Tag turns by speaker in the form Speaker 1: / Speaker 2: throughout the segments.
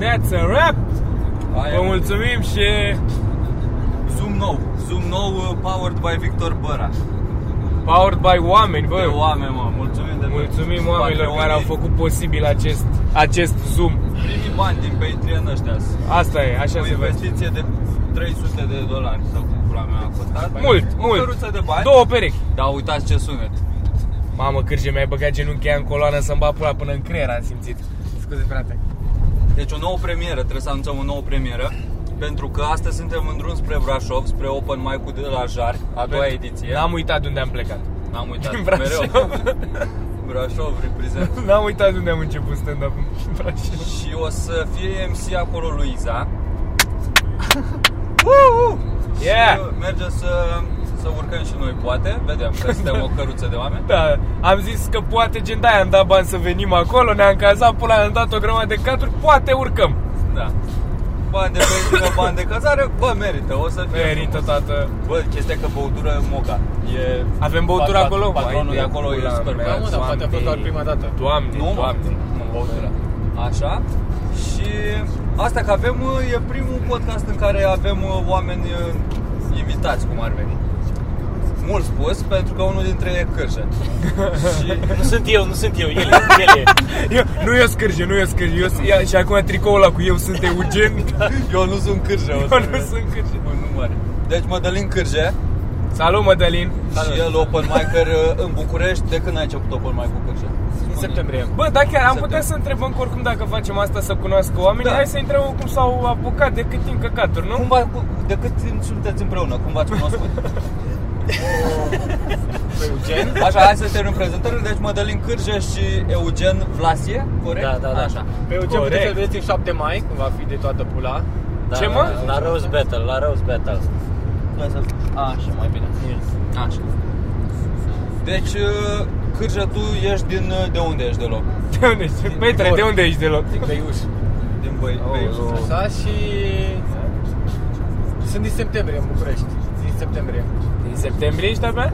Speaker 1: That's a wrap!
Speaker 2: Aia.
Speaker 1: Vă mulțumim și
Speaker 2: Zoom nou. Zoom nou uh, powered by Victor Băra.
Speaker 1: powered by oameni,
Speaker 2: Bă,
Speaker 1: bă!
Speaker 2: oameni, mă, mulțumim de
Speaker 1: Mulțumim
Speaker 2: tot.
Speaker 1: oamenilor care au
Speaker 2: Patreonii,
Speaker 1: făcut posibil acest, acest Zoom.
Speaker 2: Primii bani din Patreon ăștia.
Speaker 1: Asta e, așa
Speaker 2: O
Speaker 1: se face.
Speaker 2: investiție de 300 de dolari sau cum pula mea a costat.
Speaker 1: Mult,
Speaker 2: o
Speaker 1: mult.
Speaker 2: căruță de bani.
Speaker 1: Două perechi.
Speaker 2: Dar uitați ce sunet.
Speaker 1: Mamă, cârge, mi-ai băgat genunchia în coloană să-mi bat pula până în creier am simțit. Scuze, frate.
Speaker 2: Deci o nouă premieră, trebuie să anunțăm o nouă premieră pentru că astăzi suntem în drum spre Brașov, spre Open Mic-ul de la Jari, a doua ediție.
Speaker 1: N-am uitat de unde am plecat.
Speaker 2: N-am uitat
Speaker 1: Da. Din Brașov.
Speaker 2: mereu. Brașov reprezent.
Speaker 1: N-am uitat de unde am început stand-up în Brașov.
Speaker 2: Și o să fie MC acolo Luiza.
Speaker 1: Yeah!
Speaker 2: Și merge să, să urcăm și noi, poate. Vedem, că suntem o căruță de oameni.
Speaker 1: Da, am zis că poate gen de am dat bani să venim acolo, ne-am cazat, pula, am dat o grămadă de caturi, poate urcăm.
Speaker 2: Da. Bani de benzină, bani de cazare, bă, merită, o să fie
Speaker 1: Merită, tată.
Speaker 2: Bă, chestia că băutură moca. E
Speaker 1: Avem băutură
Speaker 2: pat-
Speaker 1: acolo? Hai
Speaker 2: Patronul de
Speaker 1: de
Speaker 2: acolo e
Speaker 1: pula
Speaker 2: super
Speaker 1: mea.
Speaker 3: Da, mă, dar
Speaker 1: Doamne.
Speaker 3: poate a fost doar prima dată.
Speaker 1: Doamne,
Speaker 2: Nu, mă.
Speaker 1: doamne.
Speaker 2: Nu, băutură. Așa. Și asta că avem, uh, e primul podcast în care avem uh, oameni uh, invitați, cum ar veni. Mult spus, pentru că unul dintre ei e cârșă. și
Speaker 4: Nu sunt eu, nu sunt eu, el e, el e.
Speaker 1: Eu, nu eu scârje, nu eu scârje. Eu, sunt- ia, și acum tricoul ăla cu eu sunt Eugen.
Speaker 2: eu nu sunt cârșă.
Speaker 1: Eu nu sunt cârje.
Speaker 2: număr. Deci Mădălin Cârje
Speaker 1: Salut, Mădălin.
Speaker 2: și el open micer uh, în București. De când ai început open mic cu Cârje?
Speaker 3: În septembrie.
Speaker 1: Bă, da, chiar am
Speaker 2: Să
Speaker 1: putea
Speaker 2: te-
Speaker 1: să întrebăm că oricum dacă facem asta să cunoască oamenii.
Speaker 2: Da.
Speaker 1: Hai să întrebăm cum s-au apucat, de cât timp căcaturi, nu?
Speaker 2: Cum v-a, cu- de cât timp sunteți împreună? Cum v-ați cunoscut?
Speaker 3: Cu Eugen.
Speaker 2: Așa, hai să termin prezentările. Deci Mădălin Cârje și Eugen Vlasie, corect?
Speaker 4: Da, da, da.
Speaker 2: Așa.
Speaker 3: Pe Eugen puteți
Speaker 1: Corect.
Speaker 3: să-l vedeți în 7 mai, când va fi de toată pula.
Speaker 4: Da,
Speaker 1: Ce, mă?
Speaker 4: La Rose Battle, la Rose Battle.
Speaker 3: Așa, mai bine.
Speaker 2: Așa. Deci, uh, Cârje, tu ești din... uh, De unde ești deloc?
Speaker 1: De unde ești? Petre, de Păi, unde ești deloc?
Speaker 3: Beiuș.
Speaker 2: Din Băi... Băiuș.
Speaker 3: Așa și... Sunt din septembrie în București. Din septembrie.
Speaker 1: Din septembrie ești abia?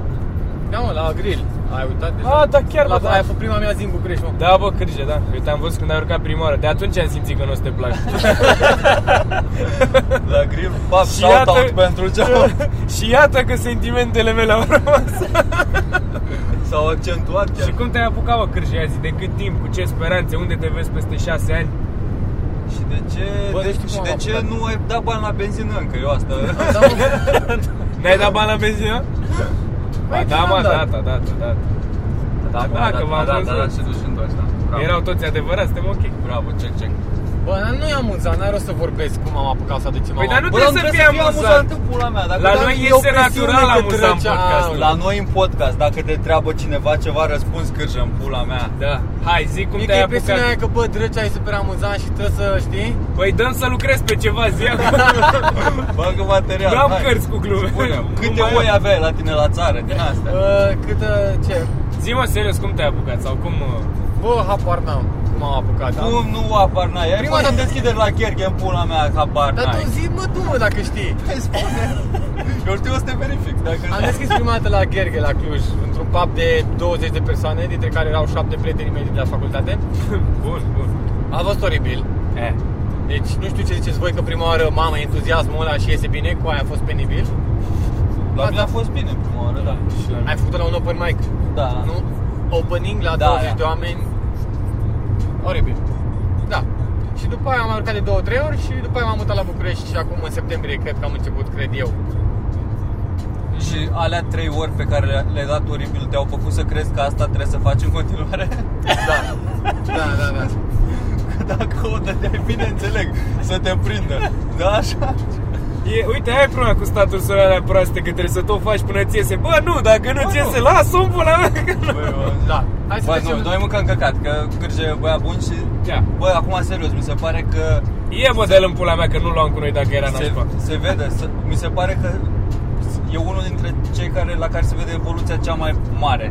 Speaker 3: Da, mă, la grill. Ai uitat deja?
Speaker 1: Ah, da, chiar,
Speaker 3: la,
Speaker 1: bă, da.
Speaker 3: Aia a fost prima mea zi în București, mă.
Speaker 1: Da, bă, cârge, da. Eu te-am văzut când ai urcat prima oară. De atunci am simțit că nu o să te placă.
Speaker 2: La grill, pap,
Speaker 1: Și
Speaker 2: shout-out
Speaker 1: iată-
Speaker 2: pentru ce
Speaker 1: și iată că sentimentele mele au rămas.
Speaker 2: s-au accentuat chiar.
Speaker 1: și cum te-ai apucat, bă, cârge, azi? De cât timp? Cu ce speranțe? Unde te vezi peste șase ani?
Speaker 2: Și de ce,
Speaker 3: Bă,
Speaker 2: de,
Speaker 3: nu știu
Speaker 2: și
Speaker 3: cum
Speaker 2: de
Speaker 3: am
Speaker 2: ce
Speaker 3: apucat.
Speaker 2: nu ai dat bani la benzină încă? Eu asta...
Speaker 3: Da, mă.
Speaker 1: Ne-ai dat bani la benzină? Ba,
Speaker 3: Păi,
Speaker 1: da,
Speaker 3: n-am
Speaker 1: mă,
Speaker 3: dat.
Speaker 1: da, da, da, da. Da, da, că v-am
Speaker 2: da, da, da,
Speaker 1: văzut.
Speaker 2: și duci întors, da. Bravo.
Speaker 1: Erau toți adevărați, suntem ok.
Speaker 2: Bravo, check, check.
Speaker 3: Bă, dar nu e amuzant, n-ai rost să vorbesc cum am apucat să aducem
Speaker 1: Păi, dar nu
Speaker 2: Bă, dar nu
Speaker 1: trebuie să fie amuzant.
Speaker 2: în pula mea. Dacă
Speaker 1: La
Speaker 2: dai-
Speaker 1: noi
Speaker 3: da, e
Speaker 1: este
Speaker 3: o presiune
Speaker 1: natural
Speaker 3: că
Speaker 1: amuzant
Speaker 3: trece,
Speaker 1: podcastul.
Speaker 3: au,
Speaker 2: La noi în podcast, dacă te treabă cineva ceva, răspunzi cârjă în pula mea.
Speaker 1: Da, hai, zi cum
Speaker 3: E că
Speaker 1: te-ai
Speaker 3: e presiunea aia
Speaker 1: apucat.
Speaker 3: că, bă, drăcea e super amuzant și trebuie să, știi?
Speaker 1: Păi dăm să lucrez pe ceva zi
Speaker 3: Da,
Speaker 1: acum.
Speaker 2: Bagă material,
Speaker 1: Nu am
Speaker 2: hai.
Speaker 1: cărți cu glume.
Speaker 2: Spune, câte
Speaker 1: Nu mai
Speaker 2: oi
Speaker 1: am.
Speaker 2: aveai la tine la țară din astea?
Speaker 3: Uh, cât, uh, ce?
Speaker 1: Zi mă serios, cum te-ai apucat sau cum... uh,
Speaker 3: Bă, habar n-am cum am apucat, da?
Speaker 2: Cum nu apar n-ai? Ai
Speaker 3: Prima
Speaker 2: fost în
Speaker 3: dată-
Speaker 2: deschideri la Gherghe în pula mea, habar
Speaker 3: Dar
Speaker 2: n-ai.
Speaker 3: tu zi, mă, tu, mă, dacă știi.
Speaker 2: Hai, spune. Eu știu o să te verific dacă
Speaker 3: Am deschis prima dată la Gherghe, la Cluj, într-un pub de 20 de persoane, dintre care erau 7 prietenii mei de la facultate.
Speaker 1: Bun, bun.
Speaker 3: A fost oribil.
Speaker 1: Eh.
Speaker 3: Deci, nu știu ce ziceți voi, că prima oară, mamă, entuziasmul ăla și iese bine, cu aia a fost penibil.
Speaker 2: La mine a fost bine prima oară, da.
Speaker 3: Ai făcut la un open mic,
Speaker 2: Da.
Speaker 3: nu? Opening la
Speaker 2: Da,
Speaker 3: 20
Speaker 2: da.
Speaker 3: de oameni. Oribil. Da. Și după aia am urcat de două, trei ori și după aia m-am mutat la București și acum în septembrie cred că am început, cred eu.
Speaker 2: Și alea trei ori pe care le- le-ai dat oribil te-au făcut să crezi că asta trebuie să faci în continuare?
Speaker 3: Da. Da, da, da.
Speaker 2: Că dacă o dădeai, bine înțeleg, să te prindă. Da, așa?
Speaker 1: E, uite, aia e problema cu statusul alea proaste, că trebuie să tot faci până ți iese. Bă, nu, dacă nu
Speaker 2: Bă,
Speaker 1: ți
Speaker 2: nu.
Speaker 1: iese, lasă-o în pula mea. că nu.
Speaker 2: Băi, mă,
Speaker 3: Da. Hai să
Speaker 2: Bă,
Speaker 3: trecem.
Speaker 2: nu, noi mâncăm căcat, că cârge e băia bun și...
Speaker 1: Da.
Speaker 2: Băi, acum serios, mi se pare că
Speaker 1: E model în pula mea că nu luam cu noi dacă era
Speaker 2: se,
Speaker 1: nașpa.
Speaker 2: se vede, se, mi se pare că e unul dintre cei care, la care se vede evoluția cea mai mare.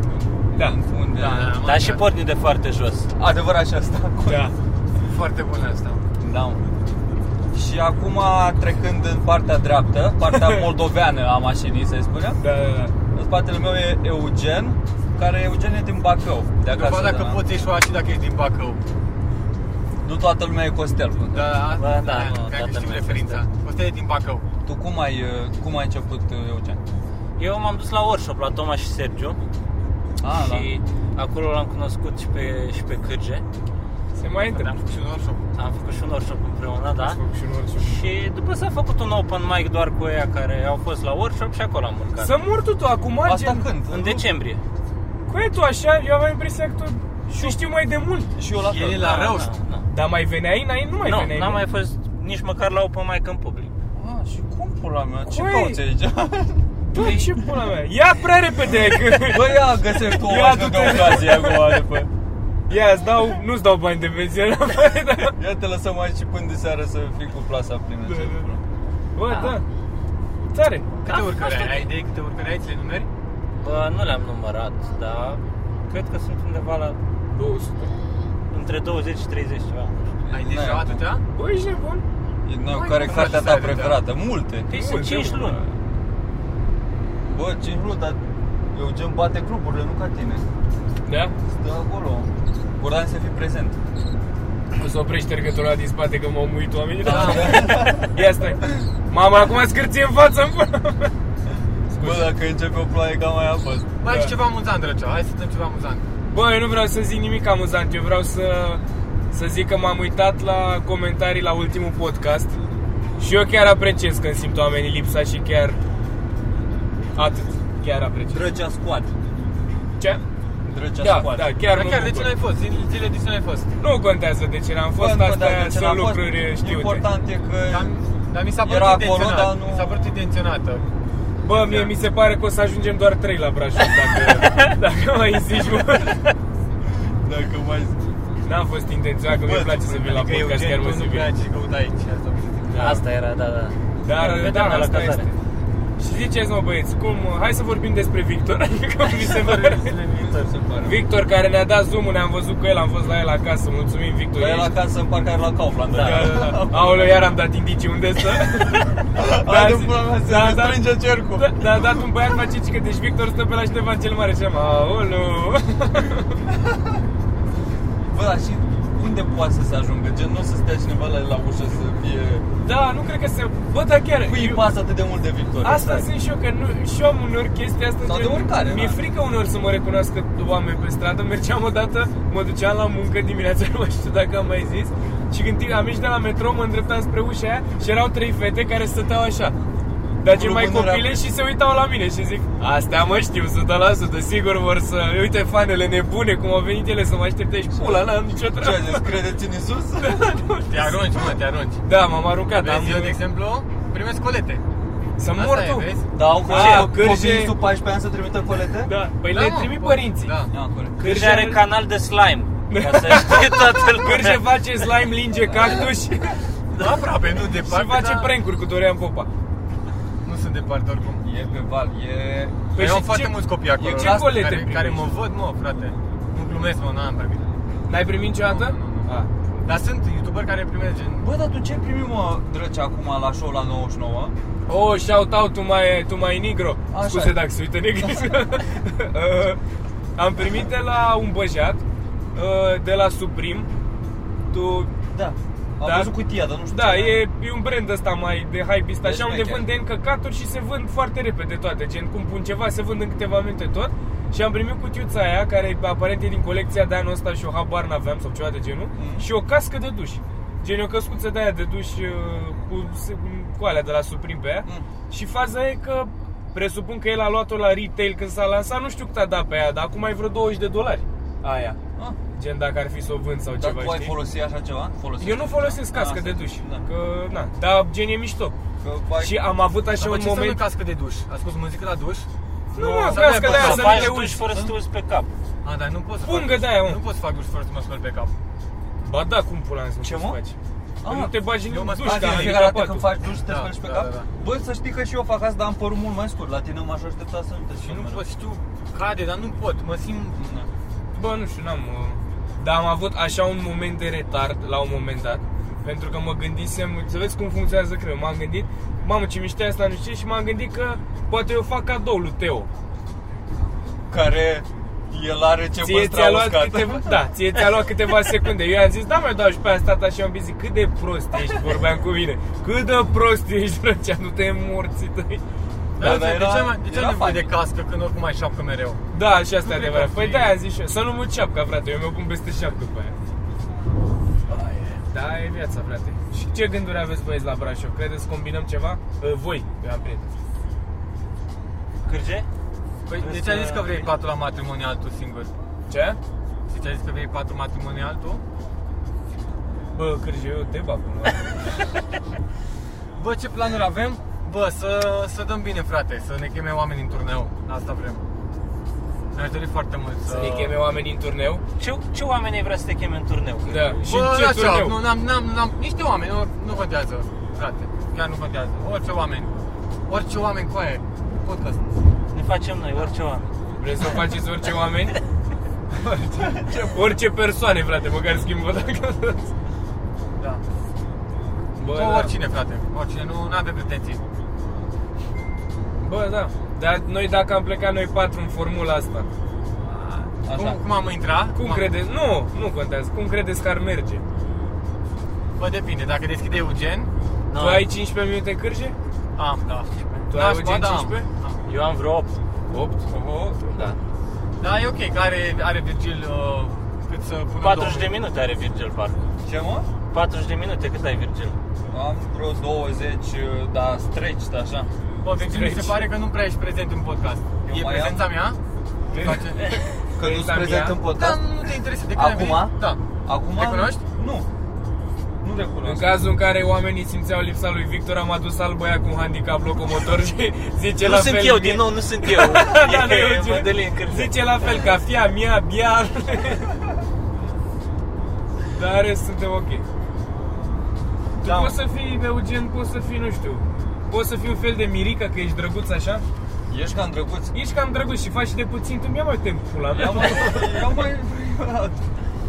Speaker 1: Da.
Speaker 2: În Unde...
Speaker 3: Da, da, da.
Speaker 4: Dar și porni de foarte jos.
Speaker 2: Adevărat și asta.
Speaker 1: Da.
Speaker 3: Foarte bun asta.
Speaker 2: Da. mă. Și acum, trecând în partea dreaptă, partea moldoveană a mașinii, să-i spunem,
Speaker 1: Da, da, da.
Speaker 2: în spatele meu e Eugen, care Eugen e din Bacău, de acasă. da.
Speaker 3: După
Speaker 2: de
Speaker 3: dacă
Speaker 2: la-
Speaker 3: poți ieși și dacă ești din Bacău.
Speaker 2: Nu toată lumea e Costel. mă.
Speaker 3: Da,
Speaker 4: Bă,
Speaker 3: asta,
Speaker 4: da,
Speaker 3: da,
Speaker 4: nu,
Speaker 3: cred
Speaker 4: toată
Speaker 3: că știu
Speaker 4: lumea
Speaker 3: referința. Costele din Bacău.
Speaker 2: Tu cum ai, uh, cum ai început, uh, Eugen?
Speaker 4: Eu m-am dus la workshop la Toma și Sergiu
Speaker 2: Ah,
Speaker 4: și acolo l-am cunoscut și pe, și pe Cârge.
Speaker 1: Se mai
Speaker 3: Am
Speaker 1: întâmplă.
Speaker 3: făcut și un workshop.
Speaker 4: Am făcut și un workshop împreună, da?
Speaker 3: Am făcut și un workshop.
Speaker 4: Și după s-a făcut un open mic doar cu ea care au fost la workshop și acolo am urcat.
Speaker 1: Să mor tu acum,
Speaker 2: Asta
Speaker 1: gen...
Speaker 2: când?
Speaker 4: În decembrie.
Speaker 1: Cu e tu așa, eu aveam impresia că tu și știu mai de mult.
Speaker 2: Și eu la
Speaker 3: El e
Speaker 2: fel.
Speaker 3: la
Speaker 4: Da,
Speaker 3: rău.
Speaker 4: da, da.
Speaker 1: Dar mai veneai înainte? Nu mai
Speaker 4: Nu,
Speaker 1: veneai.
Speaker 4: n-am mai
Speaker 1: înainte.
Speaker 4: fost nici măcar la open mic în public.
Speaker 2: Ah, și cum pula mea? Ce
Speaker 1: Ui!
Speaker 2: cauți aici?
Speaker 1: Tu ce pula mea? Ia prea repede că...
Speaker 2: Bă, ia găsești tu o
Speaker 1: Ia
Speaker 2: astfel de
Speaker 1: du-te.
Speaker 2: ocazie acum după.
Speaker 1: Ia, îți dau, nu-ți dau bani de benzină da.
Speaker 2: Ia te lăsăm aici și până de seară să fii cu plasa plină.
Speaker 1: Da,
Speaker 2: ce
Speaker 1: da.
Speaker 2: pula.
Speaker 1: Bă, da Tare
Speaker 3: Câte urcări ai? Ai idei câte urcări ai? Ți le numeri?
Speaker 4: Bă, nu le-am numărat, dar cred că sunt undeva la
Speaker 1: 200
Speaker 4: între 20 și 30 ceva. nu știu.
Speaker 3: Ai
Speaker 2: N-ai
Speaker 3: deja
Speaker 2: acum.
Speaker 3: atâtea?
Speaker 1: Bă, ești nebun?
Speaker 2: E- na,
Speaker 3: Mai
Speaker 2: Care e
Speaker 3: mult
Speaker 2: cartea ta
Speaker 3: frate,
Speaker 2: preferată? Multe.
Speaker 4: Păi sunt
Speaker 1: Multe,
Speaker 4: 5
Speaker 1: mă.
Speaker 4: luni.
Speaker 2: Bă, ce vrut, dar Eugen bate cluburile, nu ca tine.
Speaker 1: Da?
Speaker 2: Stă acolo. Important să fii prezent.
Speaker 1: O să oprești ștergătura din spate că m-au muit oamenii
Speaker 3: Da.
Speaker 1: Ia stai Mama, acum scârție în față în pula mea.
Speaker 2: Bă, dacă începe o ploaie, cam mai a fost.
Speaker 3: Mai
Speaker 1: Da.
Speaker 3: și ceva amuzant, Drăcea. Hai să dăm ceva amuzant.
Speaker 1: Bă, eu nu vreau să zic nimic amuzant Eu vreau să, să zic că m-am uitat la comentarii la ultimul podcast Și eu chiar apreciez când simt oamenii lipsa și chiar Atât, chiar apreciez
Speaker 2: Drăgea squad.
Speaker 1: Ce?
Speaker 2: Drăgea
Speaker 1: Da,
Speaker 2: squad.
Speaker 1: da,
Speaker 3: Dar
Speaker 1: chiar mă
Speaker 3: chiar de
Speaker 1: bucur. Păi,
Speaker 3: ce n-ai fost? Zile, zile de ce n-ai fost?
Speaker 1: Nu contează de ce n-am fost,
Speaker 2: Bă, nu contează
Speaker 1: astea
Speaker 2: ce
Speaker 1: sunt
Speaker 2: n-a fost.
Speaker 1: lucruri știute.
Speaker 2: Important e că...
Speaker 3: Dar, dar mi s-a părut
Speaker 2: Era acolo,
Speaker 3: intenționat.
Speaker 2: dar nu-
Speaker 3: Mi s-a părut intenționată.
Speaker 1: Bă, mie mi se pare că o să ajungem doar 3 la Brașov dacă, dacă mai insiști mult.
Speaker 2: Dacă mai...
Speaker 1: N-am fost intenționat că mi-e place să vin la
Speaker 3: Adică
Speaker 1: podcast,
Speaker 3: Eugen,
Speaker 1: chiar mă
Speaker 3: tu nu
Speaker 1: simt
Speaker 3: prea
Speaker 1: bine.
Speaker 3: ce căuta aici. Asta vreau să zic.
Speaker 4: Asta era, da, da.
Speaker 1: Dar
Speaker 4: Vedeam
Speaker 1: da,
Speaker 4: la
Speaker 1: asta
Speaker 4: cazare.
Speaker 1: este. Și ziceți mă băieți, cum, hai să vorbim despre Victor, Adică, cum mi se pare. Victor care ne-a dat zoom-ul, ne-am văzut cu el, am fost la el acasă, mulțumim Victor.
Speaker 2: La el
Speaker 1: ești-
Speaker 2: acasă, în parcare la Kaufland.
Speaker 4: Da,
Speaker 1: Da, da, da. Aoleu, iar am dat indicii unde stă.
Speaker 2: Haide, pula mea, se
Speaker 1: da,
Speaker 2: ne
Speaker 1: da.
Speaker 2: strânge cercul.
Speaker 1: Da, da, dat un băiat face cică, deci Victor stă pe la Ștefan cel Mare și am, aoleu.
Speaker 2: Bă, dar și unde poate să se ajungă? Gen, nu o să stea cineva la, la ușă să fie...
Speaker 1: Da, nu cred că se... Bă, dar chiar...
Speaker 2: Păi îi pasă atât de mult de victorie.
Speaker 1: Asta
Speaker 2: stai.
Speaker 1: sunt și eu, că nu, și eu am uneori chestia asta
Speaker 2: Sau
Speaker 1: gen,
Speaker 2: de oricare,
Speaker 1: Mi-e
Speaker 2: da.
Speaker 1: frică uneori să mă recunoască oameni pe stradă Mergeam odată, mă duceam la muncă dimineața, nu mai știu dacă am mai zis Și când am ieșit de la metrou, mă îndreptam spre ușa aia Și erau trei fete care stăteau așa dar ce mai
Speaker 2: Grupându-le
Speaker 1: copile
Speaker 2: apă.
Speaker 1: și se uitau la mine și zic Astea mă știu 100% Sigur vor să... Uite fanele nebune Cum au venit ele să mă aștepte și pula N-am nicio
Speaker 2: Ce a
Speaker 1: treabă
Speaker 2: zis? Credeți în Isus?
Speaker 3: Te arunci, mă, te arunci.
Speaker 1: Da, m-am aruncat am...
Speaker 3: Vezi, eu, de exemplu, primesc colete.
Speaker 1: Să
Speaker 3: Asta
Speaker 1: mor
Speaker 3: e,
Speaker 1: tu
Speaker 3: vezi?
Speaker 2: Da, au
Speaker 1: Ah,
Speaker 2: copiii
Speaker 1: cârje.
Speaker 2: copiii sub 14 ani să trimită colete?
Speaker 1: Da, păi
Speaker 3: Da,
Speaker 1: le
Speaker 3: mă,
Speaker 1: trimi
Speaker 3: bă,
Speaker 1: părinții
Speaker 3: Da.
Speaker 2: Da, corect.
Speaker 4: Cârge are canal de slime. Ca să știe toată
Speaker 1: Cârje
Speaker 4: lumea.
Speaker 1: face slime, linge cactus și
Speaker 3: Aproape, nu departe.
Speaker 1: face
Speaker 3: dar
Speaker 1: prank-uri cu Dorian Popa.
Speaker 3: Nu sunt departe oricum.
Speaker 2: E pe val, e...
Speaker 1: Păi
Speaker 3: Păi
Speaker 1: și
Speaker 3: eu am
Speaker 1: ce-
Speaker 3: foarte mulți copii acolo.
Speaker 1: ce
Speaker 3: care-
Speaker 1: colete
Speaker 3: care,
Speaker 1: primești?
Speaker 3: care mă văd, mă, frate. Nu glumesc, mă, n-am primit.
Speaker 1: N-ai primit niciodată?
Speaker 3: Nu, nu, nu.
Speaker 1: Ah.
Speaker 3: Dar sunt youtuberi care primesc gen...
Speaker 2: Bă, dar tu ce primi, mă, drăcea, acum la show la 99?
Speaker 1: Oh, shout out tu mai tu mai negro.
Speaker 2: Așa
Speaker 1: Scuze
Speaker 2: e.
Speaker 1: dacă se uită negru. Uh, Am primit de la un băjat, uh, de la Supreme. Tu
Speaker 2: Da. Am
Speaker 1: Da.
Speaker 2: văzut cutia, dar nu știu
Speaker 1: da,
Speaker 2: ce
Speaker 1: e, e un brand ăsta mai de hypeist,
Speaker 2: Deci
Speaker 1: așa,
Speaker 2: nu e
Speaker 1: unde
Speaker 2: chiar.
Speaker 1: vând de încăcaturi și se vând foarte repede toate, gen cum pun ceva, se vând în câteva minute tot. Și am primit cutiuța aia, care aparent e din colecția de anul ăsta și o habar n-aveam sau ceva de genul,
Speaker 2: Mm.
Speaker 1: și o cască de duș. Gen o căscuță de aia de duș uh, cu, se- cu alea de la Supreme pe aia.
Speaker 2: Mm.
Speaker 1: Și faza e că presupun că el a luat-o la retail când s-a lansat, nu știu cât a dat pe aia, dar acum ai vreo 20 de dolari aia.
Speaker 2: Ah,
Speaker 1: Gen dacă ar fi să o vând sau
Speaker 2: Dar
Speaker 1: ceva,
Speaker 2: tu ai
Speaker 1: știi?
Speaker 2: folosi așa ceva? Folosești
Speaker 1: Eu nu folosesc
Speaker 2: Da,
Speaker 1: cască
Speaker 2: asta
Speaker 1: de
Speaker 2: e.
Speaker 1: duș,
Speaker 2: Da. Păi,
Speaker 1: că na, dar gen e mișto.
Speaker 2: Că ai-
Speaker 1: Și am avut așa
Speaker 3: Dar bă,
Speaker 1: un
Speaker 3: ce moment...
Speaker 1: moment...
Speaker 3: cască de duș? Ascult muzică la duș?
Speaker 1: Nu, mă,
Speaker 3: Să nu ai
Speaker 1: cască de aia
Speaker 3: păcat.
Speaker 1: să
Speaker 4: Să
Speaker 1: nu
Speaker 4: faci
Speaker 1: te
Speaker 4: duș
Speaker 1: uiți.
Speaker 4: fără să te uzi pe cap.
Speaker 3: A, dar nu pot să
Speaker 1: Pungă
Speaker 3: fac
Speaker 1: de aia, mă.
Speaker 3: Nu pot să fac duș fără să mă spăl pe cap.
Speaker 1: Ba da, cum pula mea să
Speaker 2: Ce,
Speaker 1: ce
Speaker 2: mă?
Speaker 1: faci? Că
Speaker 2: Ah,
Speaker 1: nu te bagi în
Speaker 3: eu
Speaker 1: duș,
Speaker 3: mă
Speaker 1: că
Speaker 3: spăl
Speaker 1: am
Speaker 2: Asta e fiecare dată
Speaker 1: handicapatul.
Speaker 2: când faci duș, te
Speaker 3: Da,
Speaker 2: speli pe
Speaker 3: da,
Speaker 2: cap?
Speaker 3: da, da.
Speaker 2: Bă, să știi că și eu fac asta, dar am părul mult mai scurt. La tine m-aș aștepta să nu te
Speaker 3: Și
Speaker 2: speli
Speaker 3: nu
Speaker 2: mereu.
Speaker 3: pot, știu, cade, dar nu pot. Mă simt...
Speaker 2: Da.
Speaker 1: Bă, nu știu, n-am... uh, Dar am avut așa un moment de retard la un moment dat pentru că mă gândisem, să vezi cum funcționează creierul, m-am gândit, mamă ce miște asta, nu știu ce, și m-am gândit că poate eu fac cadou lui Teo.
Speaker 2: Care el are ce
Speaker 1: Ție
Speaker 2: păstra
Speaker 1: ți-a luat
Speaker 2: uscat.
Speaker 1: câteva, da, ție ți-a luat câteva secunde. Eu i-am zis, da, mai dau și pe aia tata și am zis, cât de prost ești, vorbeam cu mine. Cât de prost ești, drăcea, nu te morții tăi.
Speaker 3: Da,
Speaker 2: Da,
Speaker 3: da,
Speaker 2: dar
Speaker 3: de
Speaker 2: era-
Speaker 3: ce, mai- de ce
Speaker 2: era
Speaker 3: ai nevoie de
Speaker 2: funny.
Speaker 3: cască când oricum ai șapcă mereu?
Speaker 1: Da, și asta e
Speaker 3: Nu cred
Speaker 1: adevărat.
Speaker 3: că ar
Speaker 1: Păi
Speaker 3: fi-
Speaker 1: da, am zis și eu. Să nu mă ceapca, frate, eu mi-o pun peste șap după aia. Da, e viața, frate. Și ce gânduri aveți băieți la Brașov? Credeți că combinăm ceva? Eh, Voi, eu am prieteni.
Speaker 4: Cârge?
Speaker 3: Păi, de
Speaker 4: Trebuie
Speaker 3: ce ai
Speaker 4: să-
Speaker 3: zis că vrei patru la matrimonial tu singur?
Speaker 1: Ce?
Speaker 3: De ce ai zis că vrei patru matrimonial tu?
Speaker 1: Bă, cârje, eu te bag până la urmă.
Speaker 3: Bă, ce planuri avem? Bă, să, să dăm bine, frate, să ne cheme oameni în turneu. Asta vrem. Ne-aș dori foarte mult să...
Speaker 1: Să ne cheme oamenii în turneu?
Speaker 4: Ce, ce oameni ai vrea să te cheme în turneu?
Speaker 1: Da. Și
Speaker 3: Bă,
Speaker 1: ce
Speaker 3: așa,
Speaker 1: turneu?
Speaker 3: Nu, n-am, n-am, n-am, niște oameni, nu, nu contează, frate. Chiar nu contează. Orice oameni. Orice oameni cu aia. Podcast.
Speaker 4: Ne facem noi, orice oameni.
Speaker 1: Vreți să faceți orice oameni? Orice, orice persoane, frate, măcar schimbă dacă...
Speaker 3: Da.
Speaker 1: Bă,
Speaker 3: Bă,
Speaker 1: da.
Speaker 3: oricine, frate. Oricine, nu avem pretenții.
Speaker 1: Bă, da. Dar noi dacă am plecat noi patru în formula asta,
Speaker 3: Cum,
Speaker 2: Așa.
Speaker 3: cum am intrat?
Speaker 1: cum
Speaker 3: am-
Speaker 1: credeți? Nu, nu contează. Cum credeți că ar merge?
Speaker 3: Bă, depinde. Dacă deschide Eugen, da.
Speaker 1: Tu ai 15 minute cârje?
Speaker 3: am, da.
Speaker 1: Tu
Speaker 3: Da,
Speaker 1: ai
Speaker 3: și
Speaker 1: Eugen
Speaker 3: ba, da, am.
Speaker 1: 15?
Speaker 3: Am.
Speaker 4: Eu am vreo 8.
Speaker 1: 8? Da.
Speaker 3: Da, e ok, că are, are Virgil uh, cât să pună
Speaker 4: 40 de
Speaker 3: două.
Speaker 4: minute are Virgil parcă.
Speaker 2: Ce, mă?
Speaker 4: 40 de minute cât ai Virgil?
Speaker 2: Am vreo 20, dar stretched așa.
Speaker 3: Bă, Virgil, mi se
Speaker 1: Treci.
Speaker 3: pare că nu prea ești prezent în podcast.
Speaker 2: Eu
Speaker 3: e
Speaker 2: mai
Speaker 3: prezența mea? Face-
Speaker 2: Că nu-ți
Speaker 1: Examina.
Speaker 2: prezent în
Speaker 3: Da,
Speaker 2: podcast?
Speaker 3: nu te interesează. De când
Speaker 2: Acum?
Speaker 3: ai venit? Da.
Speaker 2: Acum?
Speaker 3: Recunoști?
Speaker 2: Nu. Nu recunosc.
Speaker 1: În cazul în care oamenii simțeau lipsa lui Victor, am adus al băiat cu un handicap locomotor și zice
Speaker 4: nu
Speaker 1: la
Speaker 4: sunt
Speaker 1: fel
Speaker 4: eu,
Speaker 1: mie-
Speaker 4: din nou, nu sunt eu.
Speaker 1: Da, nu,
Speaker 4: e
Speaker 1: Eugen.
Speaker 4: Mădălin Cârge.
Speaker 1: Zice la fel ca fia mea, bia. Dar în rest suntem ok. Tu
Speaker 2: Da,
Speaker 1: poți să fii Eugen, poți să fii, nu știu, poți să fii un fel de mirica că ești drăguț așa.
Speaker 2: Ești cam drăguț.
Speaker 1: Ești cam drăguț și faci și de puțin, tu mi-a mai timp pula mea.
Speaker 2: Ia mai... Ia mai...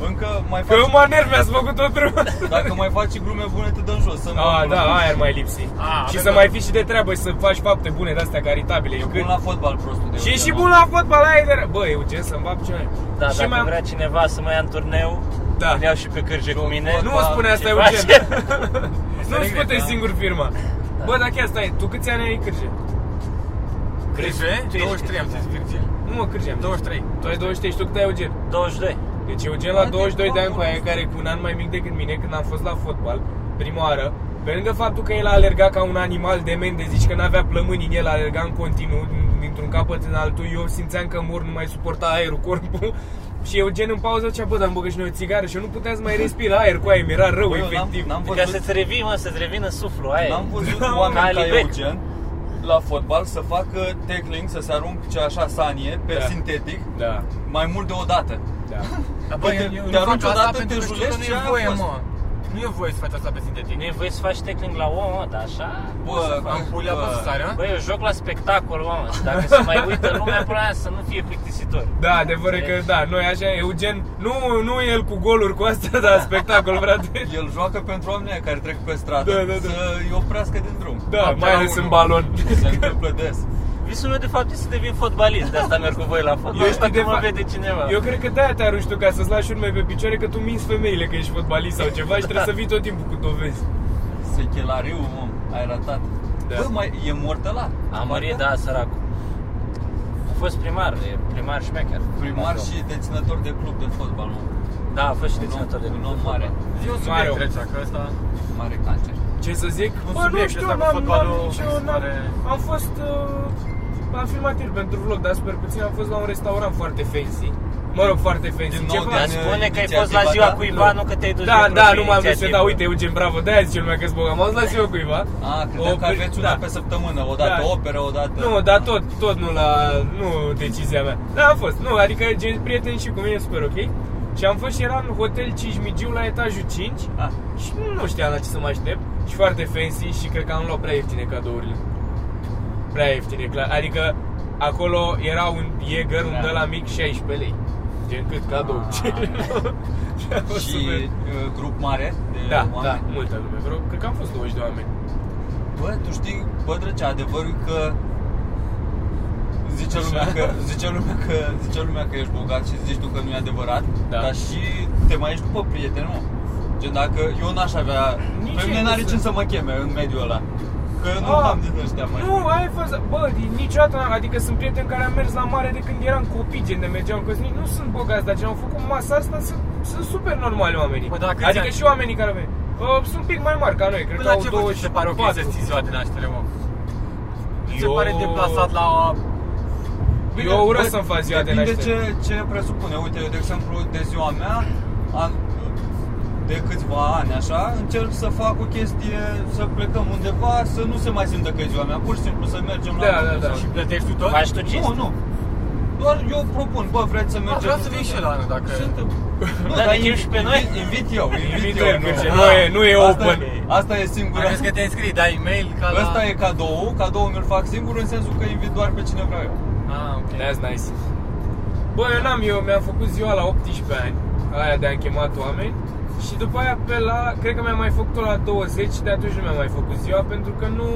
Speaker 2: Încă mai
Speaker 1: Că eu
Speaker 2: faci...
Speaker 1: mă nervi, ați făcut tot drumul.
Speaker 2: Dacă mai faci glume bune, te dăm jos. Să nu
Speaker 1: A,
Speaker 2: am
Speaker 1: da,
Speaker 2: glume.
Speaker 1: aia ar mai lipsi.
Speaker 3: A,
Speaker 1: și
Speaker 3: avem
Speaker 1: să
Speaker 3: de-
Speaker 1: mai fii și de treabă și să faci fapte bune de astea caritabile.
Speaker 2: E
Speaker 1: Cât-
Speaker 2: bun la fotbal prostul de
Speaker 1: Și e
Speaker 2: Eugen,
Speaker 1: și
Speaker 2: mă.
Speaker 1: bun la fotbal, aia e de rău. Bă, Eugen, să-mi bap ce mai...
Speaker 4: Da,
Speaker 1: și
Speaker 4: dacă
Speaker 1: mai-
Speaker 4: vrea cineva să mă ia în turneu,
Speaker 1: Da.
Speaker 4: îl iau și pe Cârge cu mine.
Speaker 1: Nu
Speaker 2: Ba,
Speaker 1: spune asta,
Speaker 4: ce
Speaker 1: Eugen. Nu
Speaker 3: regret,
Speaker 1: spune
Speaker 3: da.
Speaker 1: singur firma. Bă, dar chiar stai, tu câți ani ai cârge?
Speaker 3: Creșe? 23 am zis Virgil.
Speaker 1: Nu mă cârge, am zis.
Speaker 3: 23.
Speaker 1: Tu ai 23 și tu cât ai Eugen?
Speaker 4: 22.
Speaker 1: Deci Eugen la
Speaker 2: Bate
Speaker 1: 22 de ani cu
Speaker 2: capul.
Speaker 1: aia care e cu un an mai mic decât mine când am fost la fotbal prima oară, pe lângă faptul că el a alergat ca un animal dement de zici că n-avea plămâni în el, alerga în continuu din- dintr-un capăt în altul, eu simțeam că mor, nu mai suporta aerul corpul și Eugen în pauză zicea, bă, dar îmi băgă și noi o țigară și eu nu puteam să mai respir aer cu aia, mi-era rău,
Speaker 2: Bă, eu n-am-
Speaker 1: efectiv.
Speaker 2: N-am
Speaker 4: Ca
Speaker 2: văzut
Speaker 4: Adică să-ți revii, mă, să-ți revină suflul, aia e.
Speaker 2: N-am văzut
Speaker 4: Ca
Speaker 2: oameni ca
Speaker 4: Alibec.
Speaker 2: Eugen la fotbal să facă tackling, să se arunce așa sanie pe
Speaker 1: Da.
Speaker 2: sintetic
Speaker 1: Da.
Speaker 2: mai mult de o dată.
Speaker 1: Da.
Speaker 3: Dar
Speaker 2: Bă,
Speaker 3: bă, eu,
Speaker 2: Păi, te-
Speaker 3: eu
Speaker 2: te
Speaker 3: nu fac
Speaker 2: arunci
Speaker 3: asta
Speaker 2: odată, te
Speaker 3: pentru că știu că
Speaker 2: julești
Speaker 3: nu
Speaker 2: și
Speaker 3: e
Speaker 2: aia
Speaker 3: voie,
Speaker 2: a fost.
Speaker 3: mă. Nu e voie să faci asta pe sintetic.
Speaker 4: Nu e voie să faci tackling la om, mă, dar așa?
Speaker 2: Bă,
Speaker 3: Am pulea
Speaker 2: bă.
Speaker 3: pe sară.
Speaker 4: Băi, eu joc la spectacol, mă, dacă se mai uită lumea, până aia să nu fie plictisitor.
Speaker 1: Da, adevărul e că da, noi așa, Eugen, nu, nu el cu goluri cu asta, dar spectacol, frate.
Speaker 2: El joacă pentru oamenii aia care trec pe stradă
Speaker 1: Da, da, da.
Speaker 2: să îi oprească din drum.
Speaker 1: Da, mai ales în balon.
Speaker 2: Se întâmplă des.
Speaker 4: Visul meu, de fapt, este să devin fotbalist, de asta merg cu voi la fotbal,
Speaker 1: Eu știu
Speaker 4: dacă
Speaker 1: de
Speaker 4: mă
Speaker 1: fapt-
Speaker 4: vede cineva.
Speaker 1: Eu cred că de-aia te arunci tu ca să-ți lași urme pe picioare că tu minți femeile că ești fotbalist sau ceva și trebuie să vii tot timpul cu dovezi.
Speaker 2: Sechelariu, mă, ai ratat.
Speaker 1: Da.
Speaker 2: Bă, mai, e mort ăla.
Speaker 4: A murit, da, săracul. A fost primar, e primar șmecher.
Speaker 2: Primar și deținător de club de fotbal, mă.
Speaker 4: Da, a fost și
Speaker 2: Un om-
Speaker 4: deținător de
Speaker 2: Un om mare,
Speaker 3: Zi un
Speaker 1: Mario.
Speaker 3: subiect trecea, că ăsta...
Speaker 2: mare cancer.
Speaker 1: Ce să zic?
Speaker 3: Un subiect ăsta cu fotbalul mi se pare-
Speaker 1: Am fost uh, afirmativ pentru vlog, dar sper puțin am fost la un restaurant foarte fancy. Mă rog, foarte fancy.
Speaker 2: Din nou
Speaker 1: Ceva-
Speaker 2: de
Speaker 4: Dar
Speaker 2: Din,
Speaker 4: spune
Speaker 2: uh,
Speaker 4: că ai fost la
Speaker 2: inițiativa
Speaker 4: ziua
Speaker 2: ta?
Speaker 4: cuiva,
Speaker 2: Nu.
Speaker 4: nu că te-ai dus
Speaker 1: Da,
Speaker 4: de
Speaker 1: da,
Speaker 4: proprie
Speaker 1: nu m-am dus,
Speaker 4: inițiativă.
Speaker 1: da, uite, Eugen, bravo, de-aia zice lumea că-s bogam, am fost la ziua cuiva.
Speaker 2: A, Ah, credeam că aveți una
Speaker 1: da.
Speaker 2: pe săptămână, odată
Speaker 1: Da.
Speaker 2: operă, odată...
Speaker 1: Nu, dar tot, tot nu la, nu decizia mea. Da, am fost, nu, adică gen prieteni și cu mine super ok. Și am fost și era în hotel 5 migiu la etajul 5
Speaker 2: Ah.
Speaker 1: și nu știam la ce să mă aștept și foarte fancy și cred că am luat prea ieftine cadourile. Prea ieftine, clar. Adică acolo era un Jäger, un
Speaker 4: Da.
Speaker 1: de la mic 16 lei. Gen cât cadou. și a fost
Speaker 2: Și
Speaker 1: super.
Speaker 2: uh, grup mare de
Speaker 1: Da, da,
Speaker 2: oameni.
Speaker 1: multă lume. Vreo, cred că am fost 20 de oameni.
Speaker 2: Bă, tu știi, bă, drăcea, adevărul e că zice lumea, că, zice, lumea că, zice lumea că ești bogat și zici tu că nu e adevărat,
Speaker 1: Da.
Speaker 2: dar și te mai ești după prieteni, nu? Gen, dacă eu n-aș avea...
Speaker 1: Nici
Speaker 2: pe
Speaker 1: eu
Speaker 2: mine
Speaker 1: nu
Speaker 2: n-are
Speaker 1: sunt.
Speaker 2: cine să mă cheme în mediul ăla. Că nu
Speaker 1: Ah,
Speaker 2: am din ăștia, mai.
Speaker 1: Nu, aia e faza. Bă, din- niciodată n-am, adică sunt prieteni care am mers la mare de când eram copii, gen de mergeam cu nu sunt bogați, dar ce am făcut masa asta sunt, sunt super normale oamenii.
Speaker 3: Bă, dar câți
Speaker 1: adică
Speaker 3: ani?
Speaker 1: și oamenii care vin. Uh, sunt un pic mai mari ca noi, cred
Speaker 3: Păi
Speaker 1: că
Speaker 3: la
Speaker 1: au
Speaker 3: ce vârstă ți se pare ok
Speaker 1: 24.
Speaker 3: să ții ziua de naștere, mă? Mi se
Speaker 1: Eu-
Speaker 3: pare deplasat
Speaker 1: Da,
Speaker 3: la...
Speaker 2: Bine,
Speaker 1: Eu urăsc
Speaker 2: bă,
Speaker 1: să-mi fac ziua de
Speaker 2: Depinde
Speaker 1: naștere.
Speaker 2: ce, ce presupune. Uite, eu, de exemplu, de ziua mea, an, de câțiva ani, așa, încerc să fac o chestie, să plecăm undeva, să nu se mai simtă că e ziua mea, pur și simplu să mergem
Speaker 1: Da,
Speaker 2: la
Speaker 1: da,
Speaker 2: muncă
Speaker 1: da.
Speaker 2: sau-
Speaker 3: Și plătești tu tot?
Speaker 4: Faci tu ce?
Speaker 2: Nu, nu. Doar eu propun, bă, vreți să mergem?
Speaker 3: vreau să vin și la anul, dacă-
Speaker 2: Suntem. Nu,
Speaker 4: Da,
Speaker 2: dar
Speaker 4: ne chem
Speaker 2: invit,
Speaker 4: și pe noi?
Speaker 2: invit- Invit eu, invit
Speaker 1: Invit
Speaker 2: eu.
Speaker 1: el, Mircea. Nu e- nu e
Speaker 2: Asta
Speaker 1: open.
Speaker 2: Asta e singura.
Speaker 3: Dacă că te-ai scris, dai e-mail ca la...
Speaker 2: Ăsta e cadou, cadou mi-l fac singur în sensul că invit doar pe cine vreau eu.
Speaker 3: Ah, ok.
Speaker 1: That's nice. Bă, eu n-am, eu mi-am făcut ziua la 18 ani, aia de a chemat oameni. Și după aia pe la, cred că mi-am mai făcut-o la 20 de atunci nu mi-am mai făcut ziua pentru că nu...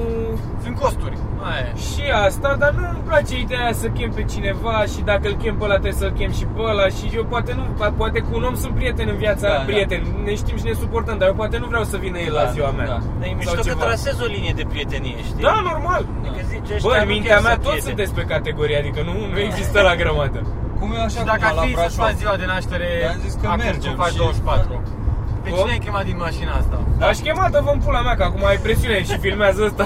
Speaker 3: Sunt costuri. Aia e.
Speaker 1: Și asta, dar nu îmi place ideea să chem pe cineva și dacă îl chem pe ăla trebuie să-l chem și pe ăla și eu poate nu, po- poate cu un om sunt prieten în viața,
Speaker 2: Da, da.
Speaker 1: prieten, ne știm și ne suportăm, dar eu poate nu vreau să vină el la
Speaker 2: Da,
Speaker 1: ziua mea.
Speaker 2: da.
Speaker 4: Dar e
Speaker 1: Sau
Speaker 4: mișto că
Speaker 1: ceva.
Speaker 4: trasezi o linie de prietenie, știi?
Speaker 1: Da, normal.
Speaker 4: Adică zici,
Speaker 1: Bă,
Speaker 4: ăștia
Speaker 1: în
Speaker 4: nu
Speaker 1: mintea
Speaker 4: chiar
Speaker 1: mea
Speaker 4: sunt
Speaker 1: toți
Speaker 4: prieteni.
Speaker 1: sunteți pe categorie, adică nu,
Speaker 2: Da.
Speaker 1: nu există la grămadă.
Speaker 2: Cum e așa
Speaker 3: Și dacă
Speaker 2: cum
Speaker 3: ar
Speaker 2: la
Speaker 3: fi să-ți faci
Speaker 2: Brașov.
Speaker 3: ziua de naștere,
Speaker 2: I-am zis că
Speaker 3: acum
Speaker 2: mergem
Speaker 3: cum faci
Speaker 2: și-
Speaker 3: 24. Pe
Speaker 1: Cum?
Speaker 3: cine ai chemat din mașina asta?
Speaker 1: Aș chema, dă vă pula mea, că acum ai presiune și filmează ăsta.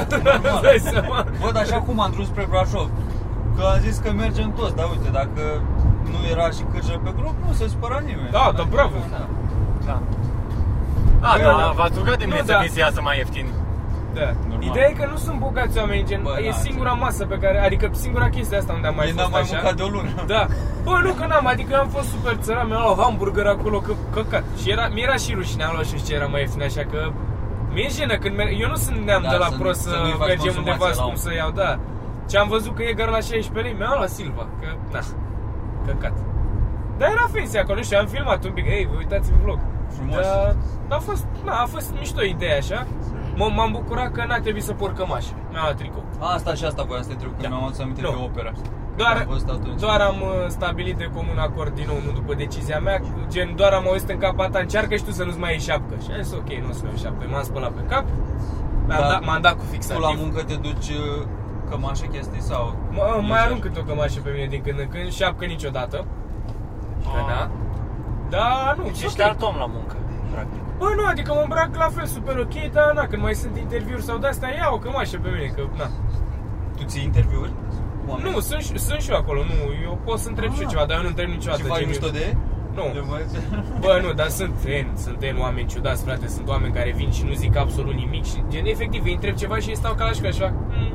Speaker 1: Îți dai seama.
Speaker 2: Bă, dar așa cum am drum spre Brașov, că a zis că mergem toți, dar uite, dacă nu era și cârjă pe grup, nu se spăra nimeni.
Speaker 1: Da, dar bravo.
Speaker 2: Da.
Speaker 3: Da. A,
Speaker 1: Bă, da.
Speaker 3: da, v-ați rugat de mine
Speaker 1: Nu,
Speaker 3: să
Speaker 1: da.
Speaker 3: vi se iasă mai ieftin.
Speaker 1: Da.
Speaker 2: Normal.
Speaker 1: Ideea e că nu sunt bogați oamenii, gen,
Speaker 2: Bă,
Speaker 1: e
Speaker 2: da,
Speaker 1: singura masă pe care, adică singura chestie asta unde am mai
Speaker 2: Mai n-am
Speaker 1: fost
Speaker 2: mai
Speaker 1: așa.
Speaker 2: mâncat de o lună.
Speaker 1: Da. Bă, nu că n-am, adică eu am fost super țăran, mi-am luat hamburger acolo, că căcat. Și era, mi-era și rușine, am luat și nu știu ce era mai ieftin, așa că mi-e jenă când merg, eu nu sunt neam
Speaker 2: Da,
Speaker 1: de la
Speaker 2: să nu-
Speaker 1: prost să,
Speaker 2: să nu-i faci
Speaker 1: mergem
Speaker 2: consumație
Speaker 1: undeva
Speaker 2: la
Speaker 1: cum
Speaker 2: om.
Speaker 1: să iau, da. Ce am văzut că e gar la 16 lei, mi-am luat Silva, că na, căcat. Dar era fancy acolo, nu știu, am filmat un pic, ei, vă uitați în vlog.
Speaker 2: Frumos.
Speaker 1: Dar a fost, na, a fost mișto ideea așa. M- M-am bucurat că n-a trebuit să por cămașă, mi-am luat tricou.
Speaker 2: Asta și asta voiam să te întreb, că
Speaker 1: Da.
Speaker 2: mi-am adus aminte
Speaker 1: Nu.
Speaker 2: de opera. Că
Speaker 1: Doar,
Speaker 2: am fost atunci.
Speaker 1: doar am uh, stabilit de comun acord din nou, nu după decizia mea, gen doar am auzit în capa ta, încearcă și tu să nu-ți mai iei șapcă. Și am zis, ok, nu o să-mi iau șapcă, m-am spălat pe cap, mi-am
Speaker 2: Da.
Speaker 1: dat, m-am dat cu
Speaker 2: Tu la
Speaker 1: fixativ.
Speaker 2: muncă te duci uh, cămașă chestii sau...
Speaker 1: Mă, uh, mai
Speaker 2: Ești
Speaker 1: arunc
Speaker 2: așa?
Speaker 1: câte o cămașă pe mine din când în când, șapcă niciodată. Că
Speaker 3: Ah.
Speaker 1: na. Da, nu,
Speaker 4: Deci
Speaker 1: e
Speaker 4: ești
Speaker 1: ok.
Speaker 4: alt om la muncă, practic.
Speaker 1: Bă, nu, adică mă îmbrac la fel, super ok, dar na, când mai sunt interviuri sau de-astea, iau o cămașă pe mine, că na.
Speaker 2: Tu ții interviuri? cu oameni?
Speaker 1: Nu, sunt, și- sunt și eu acolo, nu, eu pot să întreb și eu
Speaker 2: Ah.
Speaker 1: ceva, dar eu nu întreb niciodată.
Speaker 2: Și faci
Speaker 1: gen,
Speaker 2: mișto
Speaker 1: eu-
Speaker 2: de ei?
Speaker 1: Nu.
Speaker 2: Le mai-
Speaker 1: Bă, nu, dar sunt N, sunt N oameni ciudați, frate, sunt oameni care vin și nu zic absolut nimic și gen, efectiv, îi întreb ceva și ei stau ca la școală și fac "Mm,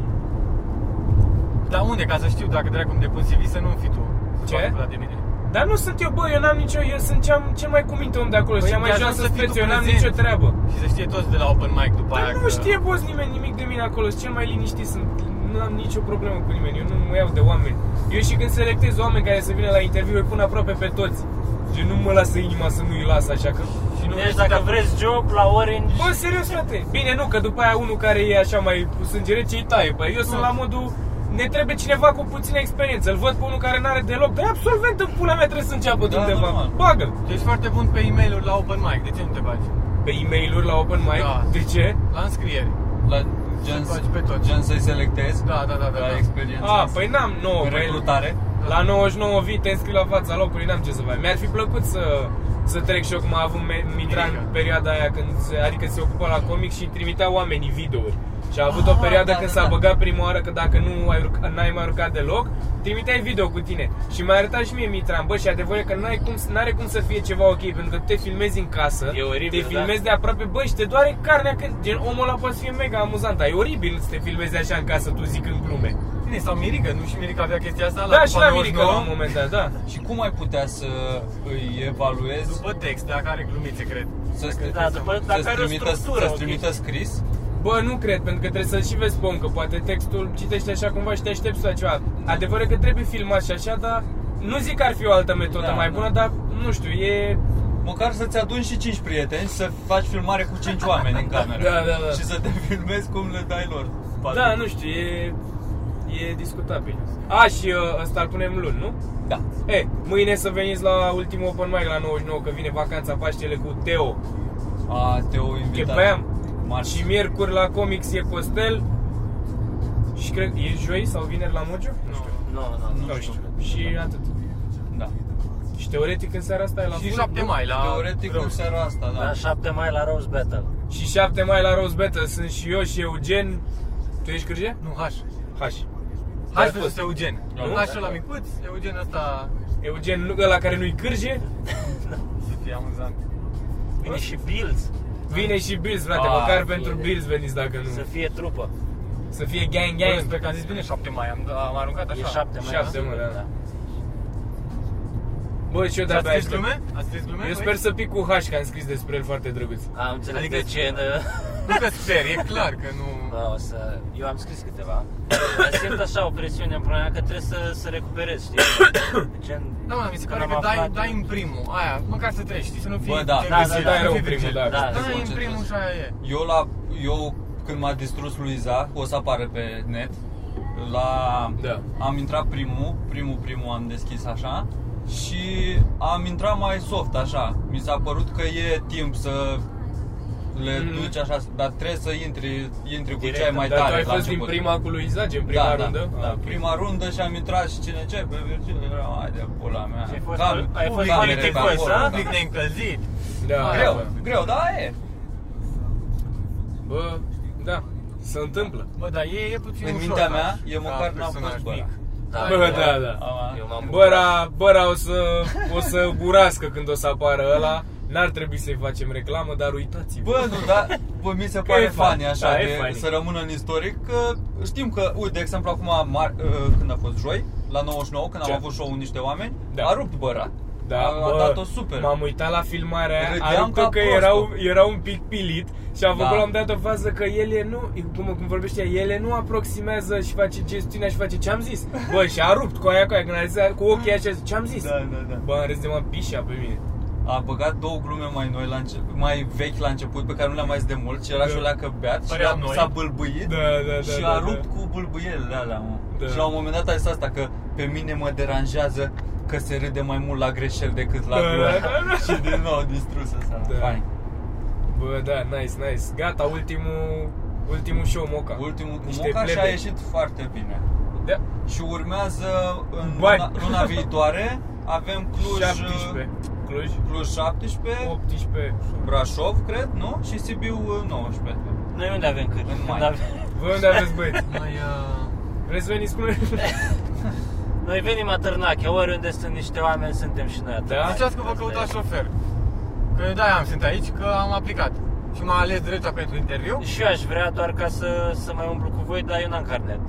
Speaker 3: Dar unde, ca să știu dacă dracu îmi depun CV să nu fi tu.
Speaker 1: Ce? Păi
Speaker 3: Foarte pula de mine.
Speaker 1: Dar nu sunt eu, bă, eu n-am nicio, eu sunt cea, cel mai cuminte om de acolo,
Speaker 3: Păi,
Speaker 1: cea mai
Speaker 3: de ajuns
Speaker 1: joasă
Speaker 3: să fii tu
Speaker 1: speță, eu n-am
Speaker 3: prezent.
Speaker 1: nicio treabă.
Speaker 3: Și să știe toți de la open mic după aia
Speaker 1: Dar nu
Speaker 3: că-
Speaker 1: știe, boss, nimeni nimic de mine acolo, sunt cel mai liniștit, sunt, nu am nicio problemă cu nimeni, eu nu mă iau de oameni. Eu și când selectez oameni care să vină la interviu, îi pun aproape pe toți. Gen, nu mă lasă inima să nu-i las, așa că...
Speaker 3: Și nu
Speaker 4: Deci dacă vreți job la Orange,
Speaker 1: Bă, serios, frate. Bine, nu, că după aia unul care e așa mai cu sânge rece îi taie. Bă, eu sunt la modul ne trebuie cineva cu puțină experiență. Îl văd pe unul care n-are deloc. Dar e absolvent în pula mea trebuie să înceapă de
Speaker 2: Da,
Speaker 1: undeva.
Speaker 2: normal.
Speaker 1: Bagă.
Speaker 3: Tu ești foarte bun pe e mail la open mic, de ce nu te bagi?
Speaker 1: Pe e mail la open mic.
Speaker 3: Da.
Speaker 1: De ce?
Speaker 3: La înscrieri.
Speaker 2: La gen,
Speaker 3: faci pe tot.
Speaker 2: gen să-i selectezi?
Speaker 3: Da, da, da, da,
Speaker 2: La
Speaker 3: da.
Speaker 2: experiență?
Speaker 1: A, păi n-am nouă.
Speaker 2: În
Speaker 1: băi.
Speaker 2: recrutare?
Speaker 1: La 99 vii te înscrii la fața locului, n-am ce să fac. Mi-ar fi plăcut să, să trec și eu cum a avut Me- Mitran
Speaker 3: Mirica.
Speaker 1: în perioada aia când se, adică se ocupa la comic și trimitea oamenii videouri. Și a avut o
Speaker 2: Ah,
Speaker 1: perioadă
Speaker 2: da,
Speaker 1: când
Speaker 2: da,
Speaker 1: s-a
Speaker 2: da.
Speaker 1: băgat prima oară că dacă nu ai urca, n-ai mai urcat deloc, trimiteai video cu tine. Și mi-a arătat și mie Mitran, bă, și adevărul e că n-ai cum, n-are cum să fie ceva ok, pentru că te filmezi în casă,
Speaker 4: E oribil,
Speaker 1: te
Speaker 4: da.
Speaker 1: filmezi de aproape, bă, și te doare carnea, că gen omul ăla poate să fie mega amuzant, dar e oribil să te filmezi așa în casă, tu zicând glume.
Speaker 3: Bine, sau Mirica, nu și Mirica avea chestia asta
Speaker 1: Da,
Speaker 3: la
Speaker 1: și la Mirica la un
Speaker 3: 99?
Speaker 1: moment dat, da.
Speaker 2: Și cum ai putea să îi evaluezi?
Speaker 3: După text, dacă are glumițe, cred.
Speaker 2: Să-ți
Speaker 4: da, după, dacă
Speaker 2: să-ți
Speaker 4: are o
Speaker 2: trimită,
Speaker 4: structură,
Speaker 2: să-ți
Speaker 4: ok.
Speaker 2: trimită scris?
Speaker 1: Bă, nu cred, pentru că trebuie să-l și vezi pe om, că poate textul citești așa cumva și te aștepți la ceva. Adevărul e că trebuie filmat și așa, dar nu zic că ar fi o altă metodă
Speaker 2: Da,
Speaker 1: mai
Speaker 2: da.
Speaker 1: bună, dar nu știu, e...
Speaker 2: Măcar să-ți aduni și 5 prieteni Să faci filmare cu 5 oameni în cameră
Speaker 1: Da, da, da.
Speaker 2: Și să te filmezi cum le dai lor
Speaker 1: Da, nu știu, da, e... E discutabil. A, și uh, ăsta îl punem luni, nu?
Speaker 2: Da.
Speaker 1: E, mâine să veniți la ultimul open mic la 99, că vine vacanța Paștele cu Teo.
Speaker 2: A, te-o
Speaker 1: Că
Speaker 2: invitat.
Speaker 1: pe aia am.
Speaker 2: M-ar
Speaker 1: Și miercuri la Comics e Costel. Și cred, e joi sau vineri la Mojo? Nu știu.
Speaker 4: Nu, nu, nu.
Speaker 1: Nu știu. Și atât.
Speaker 2: Da.
Speaker 1: Și teoretic în seara asta e la
Speaker 3: Și
Speaker 1: Full.
Speaker 3: 7 mai la...
Speaker 2: Teoretic în seara asta, da.
Speaker 4: La 7 mai la Rose Battle.
Speaker 1: Și 7 mai la Rose Battle sunt și eu și Eugen. Tu ești Cârje?
Speaker 3: Nu, H.
Speaker 1: Haș.
Speaker 3: Hai
Speaker 1: Hai, fost.
Speaker 3: fost Eugen.
Speaker 1: Nu?
Speaker 3: Așa la micuț, Eugen ăsta
Speaker 1: Eugen, nu- ăla care nu-i Cârje,
Speaker 3: să fie amuzant.
Speaker 4: Vine și Bills
Speaker 1: vine și Bills, frate,
Speaker 2: Ah,
Speaker 1: măcar
Speaker 2: bine.
Speaker 1: pentru Bills veniți dacă nu.
Speaker 4: să fie trupă.
Speaker 1: Să fie gang
Speaker 3: Bă,
Speaker 1: gang.
Speaker 3: Sper că am zis bine 7 mai, am, am aruncat așa.
Speaker 4: E 7 mai.
Speaker 1: Șapte,
Speaker 4: da?
Speaker 1: mă, da. Bă, și eu
Speaker 3: Ați
Speaker 1: de-abia
Speaker 3: scris
Speaker 1: aștept.
Speaker 3: glume? Ați scris glume?
Speaker 1: Eu
Speaker 3: voi?
Speaker 1: sper să pic cu H, că am scris despre el foarte drăguț.
Speaker 4: Am înțeles
Speaker 3: Adică-
Speaker 4: adică de ce. Da.
Speaker 3: Nu că sper, e clar că nu...
Speaker 4: Da, o să... Eu am scris câteva. Dar simt așa o presiune în problema că trebuie să, să recuperez, știi? Gen,
Speaker 3: Da, mă, mi se
Speaker 4: când
Speaker 3: pare
Speaker 4: am
Speaker 3: că dai,
Speaker 4: aflat-
Speaker 3: dai în primul, aia, măcar să treci, știi, să nu fii...
Speaker 2: Bă, da.
Speaker 3: te
Speaker 4: Da,
Speaker 3: vezi,
Speaker 4: da,
Speaker 3: să
Speaker 4: da,
Speaker 3: nu
Speaker 4: rău
Speaker 3: fii
Speaker 1: primul,
Speaker 3: virgin.
Speaker 1: da.
Speaker 4: Da,
Speaker 3: Dai în
Speaker 2: Concentrezi.
Speaker 3: primul și aia e.
Speaker 2: Eu la eu când m-a distrus Luiza, o să apară pe net. La
Speaker 1: Da.
Speaker 2: am intrat primul, primul primul am deschis așa și am intrat mai soft așa. Mi s-a părut că e timp să le
Speaker 1: Mm.
Speaker 2: duci așa, dar trebuie să intri, intri cu
Speaker 4: Direct,
Speaker 2: cea mai
Speaker 1: Dar da, tu
Speaker 2: tare
Speaker 1: ai
Speaker 2: la
Speaker 1: fost din
Speaker 2: început.
Speaker 1: prima cu lui Izage, în prima
Speaker 2: da,
Speaker 1: rundă?
Speaker 2: Da, da,
Speaker 1: Ah, ok.
Speaker 2: prima rundă și am intrat și cine ce, pe Virgil, era mai de pula mea.
Speaker 4: Și ai fost-
Speaker 2: Cam-
Speaker 4: ai fost
Speaker 2: cam
Speaker 4: foarte
Speaker 2: direct
Speaker 4: voios,
Speaker 2: acolo,
Speaker 4: a?
Speaker 2: da.
Speaker 3: Public neîncălzit.
Speaker 1: Da,
Speaker 3: Greu.
Speaker 1: bă.
Speaker 2: Greu, da, e.
Speaker 1: Bă, da, se întâmplă.
Speaker 3: Bă, dar e, e puțin
Speaker 2: În
Speaker 3: ușor,
Speaker 2: mintea
Speaker 3: da.
Speaker 2: mea, eu
Speaker 3: Ca
Speaker 2: măcar n-am
Speaker 3: personaj
Speaker 2: fost bă.
Speaker 3: mic.
Speaker 2: ăla.
Speaker 4: Da,
Speaker 1: Bă,
Speaker 4: eu-
Speaker 1: da, da.
Speaker 2: Am-
Speaker 4: Eu m-am bucurat.
Speaker 1: Băra, băra o să, o să urască când o să apară ăla. N-ar trebui să-i facem reclamă, dar uitați-vă.
Speaker 2: Bă, nu, da, bă, mi se pare
Speaker 1: e funny,
Speaker 2: funny așa,
Speaker 1: da, e
Speaker 2: de,
Speaker 1: funny.
Speaker 2: să rămână în istoric, că știm că, uite, de exemplu, acum, mar, uh, când a fost joi, la 99, când
Speaker 1: Ce?
Speaker 2: am avut show cu niște oameni,
Speaker 1: Da.
Speaker 2: a rupt băra.
Speaker 1: Da,
Speaker 2: a, a
Speaker 1: bă,
Speaker 2: dat-o super.
Speaker 1: M-am uitat la filmarea aia,
Speaker 2: Râdeam
Speaker 1: arătă
Speaker 2: ca
Speaker 1: că
Speaker 2: prostul.
Speaker 1: erau, era un pic pilit și a făcut
Speaker 2: Da.
Speaker 1: la un dat o fază că ele nu, cum, cum vorbește, ea, ele nu aproximează și face gestiunea și face ce am zis. Bă, și a rupt cu aia cu aia, când a zis cu ochii așa, ce am zis.
Speaker 2: Da, da, da.
Speaker 1: Bă, am râs de mă pișa pe mine.
Speaker 2: A băgat două glume mai noi, la înce- mai vechi la început, pe care nu le-am mai zis de mult, și era
Speaker 1: Da.
Speaker 2: și ăla că beat și
Speaker 3: Păream
Speaker 2: a-
Speaker 3: noi.
Speaker 2: s-a bâlbâit
Speaker 1: Da, da, da,
Speaker 2: și
Speaker 1: da,
Speaker 2: a
Speaker 1: da.
Speaker 2: rupt cu bâlbâielile alea, mă.
Speaker 1: Da.
Speaker 2: Și la un moment dat a zis asta, că pe mine mă deranjează că se râde mai mult la greșeli decât la
Speaker 1: Da,
Speaker 2: glume.
Speaker 1: da, da, da.
Speaker 2: și din nou distrusă seara.
Speaker 1: Da.
Speaker 2: Fain.
Speaker 1: Bă, da, nice, nice. Gata, ultimul, ultimul show Moca.
Speaker 2: Ultimul cu
Speaker 1: Da. Niște
Speaker 2: Moca și a
Speaker 1: plebe.
Speaker 2: ieșit foarte bine.
Speaker 1: Da.
Speaker 2: Și urmează în
Speaker 1: Bani.
Speaker 2: luna, luna viitoare avem Cluj uh,
Speaker 1: 17. Cluj.
Speaker 2: Cluj 17,
Speaker 1: 18.
Speaker 2: Brașov, cred, nu? Și Sibiu uh, 19.
Speaker 4: Noi unde avem cât?
Speaker 2: În mai.
Speaker 4: Când avem...
Speaker 1: Voi unde aveți băieți?
Speaker 3: Mai, uh,
Speaker 1: Vreți să veniți cu noi?
Speaker 4: Noi venim la Târnache, oriunde sunt niște oameni, suntem și noi
Speaker 1: Da?
Speaker 3: ziceați că vă căutați șofer. Că eu de-aia am sunt aici, că am aplicat. Și m-a ales drepta pentru interviu.
Speaker 4: Și eu aș vrea doar ca să, să mai umblu cu voi, dar eu n-am carnet.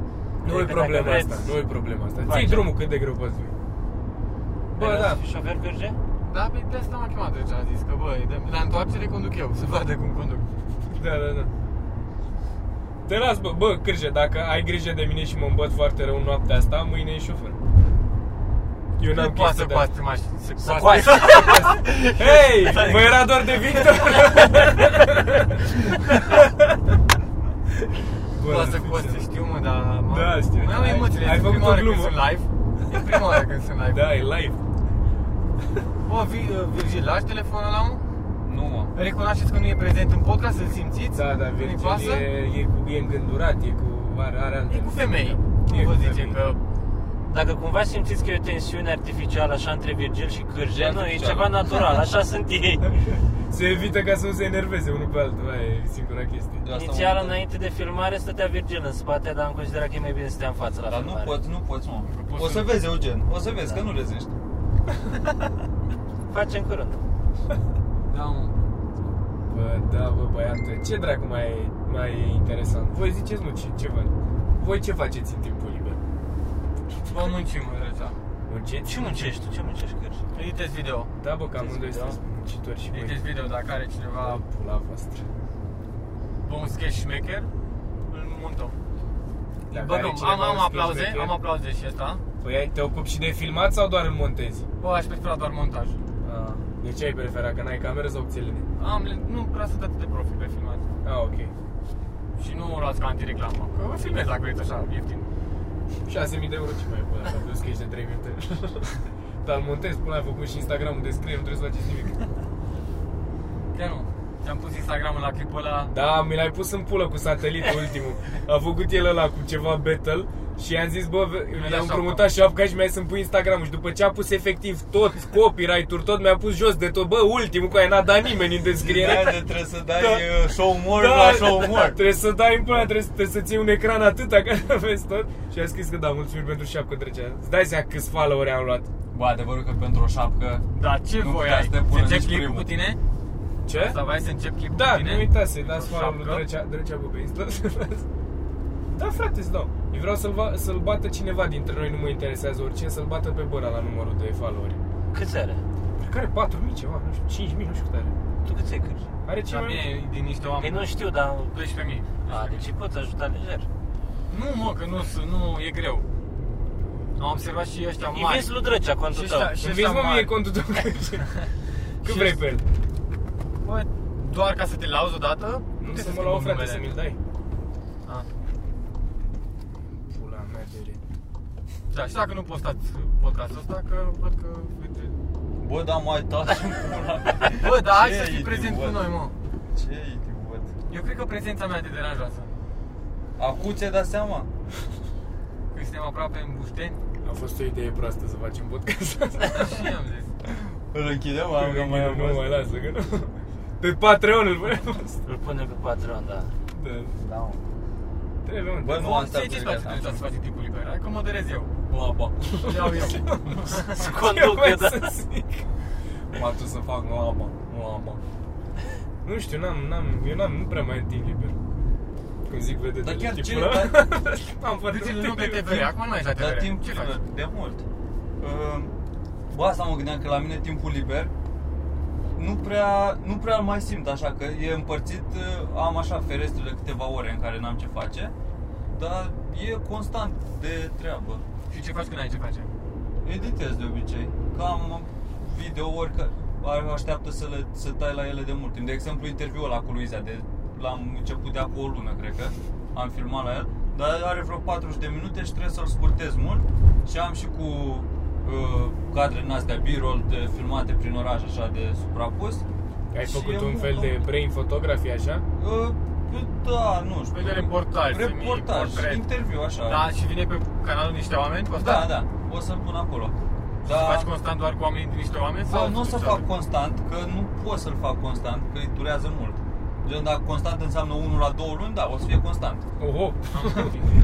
Speaker 1: Nu e
Speaker 4: Adică
Speaker 1: problema
Speaker 4: dacă
Speaker 1: asta, nu e problema asta. Ții
Speaker 4: Facem.
Speaker 1: drumul cât de greu poți fi. Bă,
Speaker 4: Bă,
Speaker 1: da.
Speaker 4: da. Șofer Gârge?
Speaker 3: Da, pe de asta m-a chemat drepta, a zis că bă, de- la întoarcere conduc eu, să vadă cum conduc.
Speaker 1: Da, da, da. Te las, bă, bă, cârje, dacă ai grijă de mine și mă îmbăt foarte rău noaptea asta, mâine e șofer. Eu
Speaker 3: Nu
Speaker 1: n-am
Speaker 3: poate
Speaker 1: chestie
Speaker 3: să
Speaker 1: de...
Speaker 3: coaste mașini, să
Speaker 4: Să
Speaker 3: coaste.
Speaker 4: coași.
Speaker 1: Hei, mă era doar de Victor. Bă,
Speaker 3: Poate să coaste, știu mă, dar... mă,
Speaker 1: Da, știu.
Speaker 3: Mai am
Speaker 1: Ai-
Speaker 3: emoțiile,
Speaker 1: ai
Speaker 3: e
Speaker 1: făcut
Speaker 3: prima
Speaker 1: o
Speaker 3: oară când
Speaker 1: glumă.
Speaker 3: sunt live. E prima oară când sunt live.
Speaker 1: Da, e live.
Speaker 3: Bă, Vi- uh, Virgil, lași telefonul ăla, mă?
Speaker 2: Nu, mă.
Speaker 3: Recunoașteți că nu e prezent în podcast, să-l simțiți?
Speaker 1: Da, da,
Speaker 3: Nu-i
Speaker 1: Virgil
Speaker 3: pasă?
Speaker 1: e, e, cu- e îngândurat, e cu... Are, are alte
Speaker 3: E cu femei.
Speaker 1: E
Speaker 3: Nu vă
Speaker 1: cu
Speaker 3: zice
Speaker 1: femei.
Speaker 3: că...
Speaker 4: Dacă cumva simțiți că e o tensiune artificială așa între Virgil și Cârje, nu, e
Speaker 2: Artificială.
Speaker 4: ceva natural, așa sunt ei.
Speaker 1: Se evită ca să nu se enerveze unul pe altul, aia e singura chestie.
Speaker 3: Da.
Speaker 2: Eu asta
Speaker 4: Inițial,
Speaker 2: m-am
Speaker 4: înainte de filmare, stătea Virgil în spate, dar am considerat că e mai bine să stea în față la
Speaker 2: uitat. Dar nu
Speaker 4: filmare.
Speaker 2: poți, nu Da. poți, mă.
Speaker 3: Poți
Speaker 2: O să
Speaker 3: să-
Speaker 2: vezi, Eugen, o să vezi că nu reziști.
Speaker 4: Facem curând.
Speaker 3: Da, mă.
Speaker 1: Bă, da, bă, băiate, ce dracu mai e, mai e interesant? Voi ziceți, mă, ce, ce vă... Voi ce faceți în timpul liber?
Speaker 3: Vă muncim, mă, drepta.
Speaker 1: Munciți?
Speaker 4: Ce muncești tu? Ce muncești, Cârje?
Speaker 3: Editez video.
Speaker 1: Da, bă, că
Speaker 4: Zici,
Speaker 1: amândoi
Speaker 4: da.
Speaker 1: sunteți muncitori și voi.
Speaker 3: Editez video dacă are
Speaker 1: La
Speaker 3: cineva
Speaker 1: pula voastră.
Speaker 3: un sketch șmecher, îl montăm.
Speaker 1: Dacă
Speaker 3: Bă,
Speaker 1: are
Speaker 3: nu,
Speaker 1: cineva
Speaker 3: am,
Speaker 1: un
Speaker 3: am
Speaker 1: sketch
Speaker 3: aplauze,
Speaker 1: maker,
Speaker 3: am aplauze și asta.
Speaker 1: Păi ai- te ocupi și de filmat sau doar îl montezi?
Speaker 3: Bă, aș prefera doar montaj. Ah.
Speaker 1: De ce ai prefera? Că n-ai cameră sau ți lene?
Speaker 3: Am, le- nu prea sunt atât de profi pe filmat.
Speaker 1: Ah, ok.
Speaker 3: Și nu o luați ca antireclamă, că o filmez dacă vreți așa, ieftin.
Speaker 1: 6.000 de euro ce mai e până la plus că ești de 3 minute. Dar îl montez, până ai făcut și Instagram-ul de scrie, nu trebuie să faceți nimic.
Speaker 3: Chiar nu. Ți-am pus Instagram-ul la clipul ăla.
Speaker 1: Da, mi l-ai pus în pulă cu satelitul ultimul. A făcut el ăla cu ceva battle și i-am zis, bă, ve-
Speaker 3: Mi-a dat
Speaker 1: i-am
Speaker 3: șapca.
Speaker 1: împrumutat șapca și mi-a zis să-mi pui Instagram-ul. Și după ce a pus efectiv tot copyright-uri, tot mi-a pus jos de tot, bă, ultimul cu aia n-a dat nimeni în descriere.
Speaker 2: de trebuie să dai
Speaker 1: Da.
Speaker 2: uh, show more la show more.
Speaker 1: Trebuie să dai în până, trebuie, să- trebuie să ții un ecran atâta ca să vezi tot. Și a scris că da, mulțumiri pentru șapcă trecea. Îți dai seama câți followeri am luat.
Speaker 2: Bă, adevărul că pentru o șapcă
Speaker 3: Da, ce
Speaker 2: Nu
Speaker 3: voi
Speaker 2: putea
Speaker 3: ai?
Speaker 2: să te pună
Speaker 3: încep
Speaker 2: nici
Speaker 3: clipul
Speaker 2: primul.
Speaker 3: cu tine?
Speaker 1: Ce?
Speaker 3: Asta vai să încep clipul
Speaker 1: Da,
Speaker 3: cu
Speaker 1: nu
Speaker 3: tine?
Speaker 1: uitați, dați
Speaker 3: Cu
Speaker 1: follow lui
Speaker 3: șapcă?
Speaker 1: Drecea, Drecea Bube Insta. Da, frate, îți dau. Eu vreau să-l, va, să-l bată cineva dintre noi, nu mă interesează oricine, să-l bată pe Băra la numărul de followeri.
Speaker 4: Câți are?
Speaker 1: Cred că are 4.000 ceva, nu știu, 5.000, nu știu cât are.
Speaker 4: Tu câți ai câți?
Speaker 1: Are cel
Speaker 3: La
Speaker 1: mai
Speaker 3: mine
Speaker 1: mult.
Speaker 3: e din niște
Speaker 4: Ei,
Speaker 3: oameni.
Speaker 4: nu știu, dar...
Speaker 3: 12.000.
Speaker 4: A, deci îi poți ajuta lejer.
Speaker 3: Nu, mă, că nu, sunt- nu, e greu. Am observat și ăștia
Speaker 4: Îi
Speaker 3: mari.
Speaker 4: vezi lui Drăcea contul
Speaker 3: Și
Speaker 4: tău.
Speaker 3: ăștia- și
Speaker 1: Îmi vezi, mă,
Speaker 3: mare.
Speaker 1: mie contul tău cât- cât vrei pe el.
Speaker 3: Bă, doar ca să te lauzi odată,
Speaker 1: Nu
Speaker 3: trebuie
Speaker 1: să mă
Speaker 3: schimbăm
Speaker 1: lau, frate,
Speaker 3: numele. Ah.
Speaker 1: să mi-l dai.
Speaker 3: A,
Speaker 1: Pula mea de re.
Speaker 3: Da, și dacă nu postați podcastul ăsta, că văd că, uite...
Speaker 2: Bă, dar mai taci pula mea.
Speaker 3: Bă, da, hai
Speaker 2: Ce
Speaker 3: să fii
Speaker 2: idiot.
Speaker 3: prezent cu noi, mă.
Speaker 2: Ce idiot.
Speaker 3: Eu cred că prezența mea te deranjează.
Speaker 2: Acum ți-ai dat seama?
Speaker 3: Că suntem aproape în Bușteni.
Speaker 1: A fost o idee proastă să facem podcast asta.
Speaker 3: Și am zis.
Speaker 2: Îl închidem, am că mai am
Speaker 1: Nu mai
Speaker 2: fost.
Speaker 1: lasă, că nu. Pe Patreon îl punem.
Speaker 4: Îl pune pe Patreon, da.
Speaker 1: Da.
Speaker 2: Da, mă.
Speaker 1: Trebuie, mă.
Speaker 2: Bă, nu
Speaker 3: Bă,
Speaker 2: asta
Speaker 3: ce ce faci tu să faci timpul liber? Hai că moderez eu.
Speaker 2: Bă, bă.
Speaker 3: Iau eu. Deci
Speaker 4: Să
Speaker 1: Eu mai
Speaker 4: conducă, da.
Speaker 1: să zic.
Speaker 2: M-a dus să fac o amă, o amă.
Speaker 1: Nu știu, n-am, n-am, eu n-am, nu prea mai am timp liber. Când zic vedete,
Speaker 2: Dar chiar ce-
Speaker 1: am foarte
Speaker 3: Deci
Speaker 1: mult
Speaker 3: nu
Speaker 1: timp
Speaker 3: pe
Speaker 1: liber.
Speaker 3: TVR, acum nu ești la
Speaker 2: Dar
Speaker 3: TVR.
Speaker 2: timp
Speaker 3: ce
Speaker 2: liber,
Speaker 3: faci?
Speaker 2: de mult. Uh, Bă, asta mă gândeam că la mine timpul liber nu prea, nu prea îl mai simt așa, că e împărțit, uh, am așa ferestrele câteva ore în care n-am ce face, dar e constant de treabă.
Speaker 3: Și ce faci când ai ce face?
Speaker 2: Editez de obicei, cam videouri că ar- așteaptă să, le, să tai la ele de mult timp. De exemplu, interviul ăla cu Luiza, de, l-am început de acum o lună, cred că, am filmat la el, dar are vreo 40 de minute și trebuie să-l scurtez mult și am și cu uh, cadre în astea, b-roll de filmate prin oraș, așa, de suprapus.
Speaker 1: Ai
Speaker 2: Și
Speaker 1: făcut
Speaker 2: e
Speaker 1: un
Speaker 2: mult
Speaker 1: fel de
Speaker 2: lucru.
Speaker 1: brain photography, așa?
Speaker 2: Uh, da, nu știu.
Speaker 3: Fel de reportaj,
Speaker 2: Reportaj,
Speaker 3: semi-portret.
Speaker 2: interviu, așa.
Speaker 3: Da, și vine pe canalul niște oameni, poți
Speaker 2: da, da, o să-l pun acolo.
Speaker 3: Da. Faci constant doar cu oamenii din niște oameni?
Speaker 2: Sau
Speaker 3: Sau
Speaker 2: nu o să fac constant, că nu pot să-l fac constant, că îi durează mult. Gen, dacă constant înseamnă 1 la 2 luni, da, o să fie constant.
Speaker 1: Oho,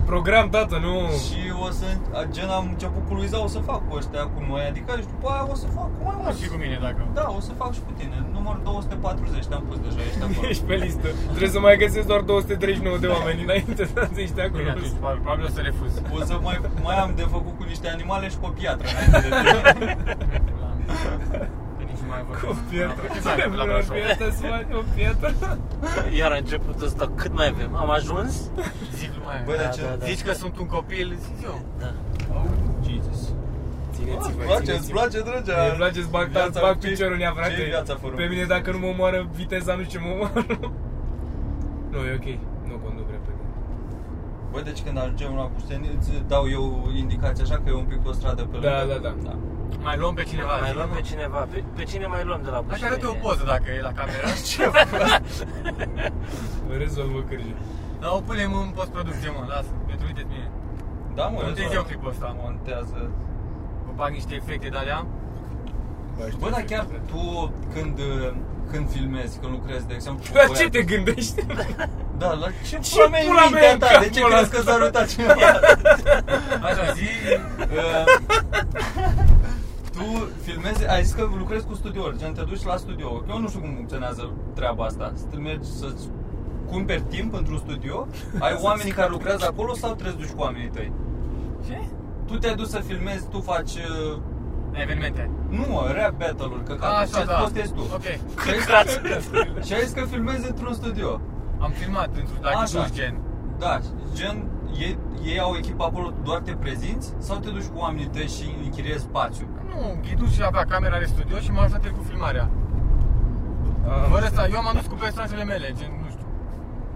Speaker 1: program, tată, nu...
Speaker 2: Și o să, gen, am început cu Luiza, o să fac cu ăștia, cu noi, adică și după aia o să fac cu mai mulți.
Speaker 3: Și cu mine dacă...
Speaker 2: Da, o să fac și cu tine. Numărul 240, te-am pus deja, ești acolo.
Speaker 1: Ești pe listă. Trebuie să mai găsesc doar 239 de oameni înainte să zici de acolo.
Speaker 3: Bine, atunci probabil probabil o să refuz.
Speaker 2: O să mai, mai am de făcut cu niște animale și cu o piatră. înainte de tine.
Speaker 3: Că nici nu mai văd.
Speaker 1: Cu pietră.
Speaker 3: La
Speaker 1: Ce
Speaker 3: Brașov, La
Speaker 1: vreau
Speaker 3: Brașov.
Speaker 1: pietră să faci o pietră?
Speaker 4: Iar a început ăsta, cât mai avem? Am ajuns?
Speaker 3: Zic lumea.
Speaker 2: Bă,
Speaker 3: Bă,
Speaker 2: dar
Speaker 4: Da, da,
Speaker 2: ce...
Speaker 4: da.
Speaker 3: Zici că sunt un copil, zic eu.
Speaker 4: Da.
Speaker 2: Jesus.
Speaker 1: Țineți-vă,
Speaker 2: Îți place,
Speaker 1: țineți-vă.
Speaker 2: îți place, dragea.
Speaker 1: Îmi place să bag,
Speaker 2: Viața-
Speaker 1: bag piciorul în ea,
Speaker 2: ce- Ce e
Speaker 1: frate.
Speaker 2: viața fără?
Speaker 1: Pe mine dacă nu mă omoară viteza, nu știu ce mă omoară. Nu, e ok. Nu conduc repede.
Speaker 2: Bă, deci când ajungem la Bușteni, îți dau eu indicația așa că e un pic pe o stradă pe
Speaker 1: Da,
Speaker 2: lângă.
Speaker 1: da, da.
Speaker 3: Mai luăm pe cineva.
Speaker 4: Mai
Speaker 3: zic,
Speaker 4: luăm
Speaker 3: mă.
Speaker 4: pe cineva. Pe, pe cine mai luăm de la
Speaker 3: Hai că
Speaker 4: Bușteni?
Speaker 3: arătă o poză dacă e la cameră.
Speaker 1: Rezolvă cârje.
Speaker 3: Dar o punem în postproducție, mă, lasă, pentru uite mine.
Speaker 2: Da, mă,
Speaker 3: Montez
Speaker 2: rezolv.
Speaker 3: eu clipul ăsta, mă.
Speaker 2: Montează.
Speaker 3: Vă bag niște efecte de alea.
Speaker 2: Bă, dar chiar tu când, uh, când filmezi, când lucrezi, de exemplu, cu
Speaker 1: La
Speaker 2: băiat-
Speaker 1: ce te gândești?
Speaker 2: Da, la
Speaker 1: Ce
Speaker 2: ce, pula mea e
Speaker 1: pula mea
Speaker 2: mintea
Speaker 1: în
Speaker 2: ta?
Speaker 1: cap,
Speaker 2: De ce
Speaker 1: mă,
Speaker 2: crezi
Speaker 1: la
Speaker 2: că s-a rotat cineva?
Speaker 3: Așa, zi,
Speaker 2: Uh, tu filmezi, ai zis că lucrezi cu studiouri, gen te duci la studio. Eu nu știu cum funcționează treaba asta. Să te mergi să-ți cumperi timp într-un studio, ai oamenii care lucrează acolo sau trebuie să duci cu oamenii tăi?
Speaker 3: Ce?
Speaker 2: Tu te-ai dus să filmezi, tu faci... uh,
Speaker 3: Evenimente.
Speaker 2: Nu mă, rap battle-uri, că ca ce
Speaker 4: da.
Speaker 2: postezi tu.
Speaker 3: Ok.
Speaker 2: Și ai zis
Speaker 4: Căcat.
Speaker 2: că- Și ai zis că filmezi într-un studio.
Speaker 3: Am filmat într-un dacă
Speaker 2: Așa.
Speaker 3: tu gen.
Speaker 2: Da, gen, ei, ei au echipă acolo, doar te prezinți sau te duci cu oamenii tăi și închiriezi spațiu?
Speaker 3: Nu, ghidul și avea camera de studio și m-a ajutat el cu filmarea. Fără să, eu m-am dus cu personajele mele, gen, nu știu.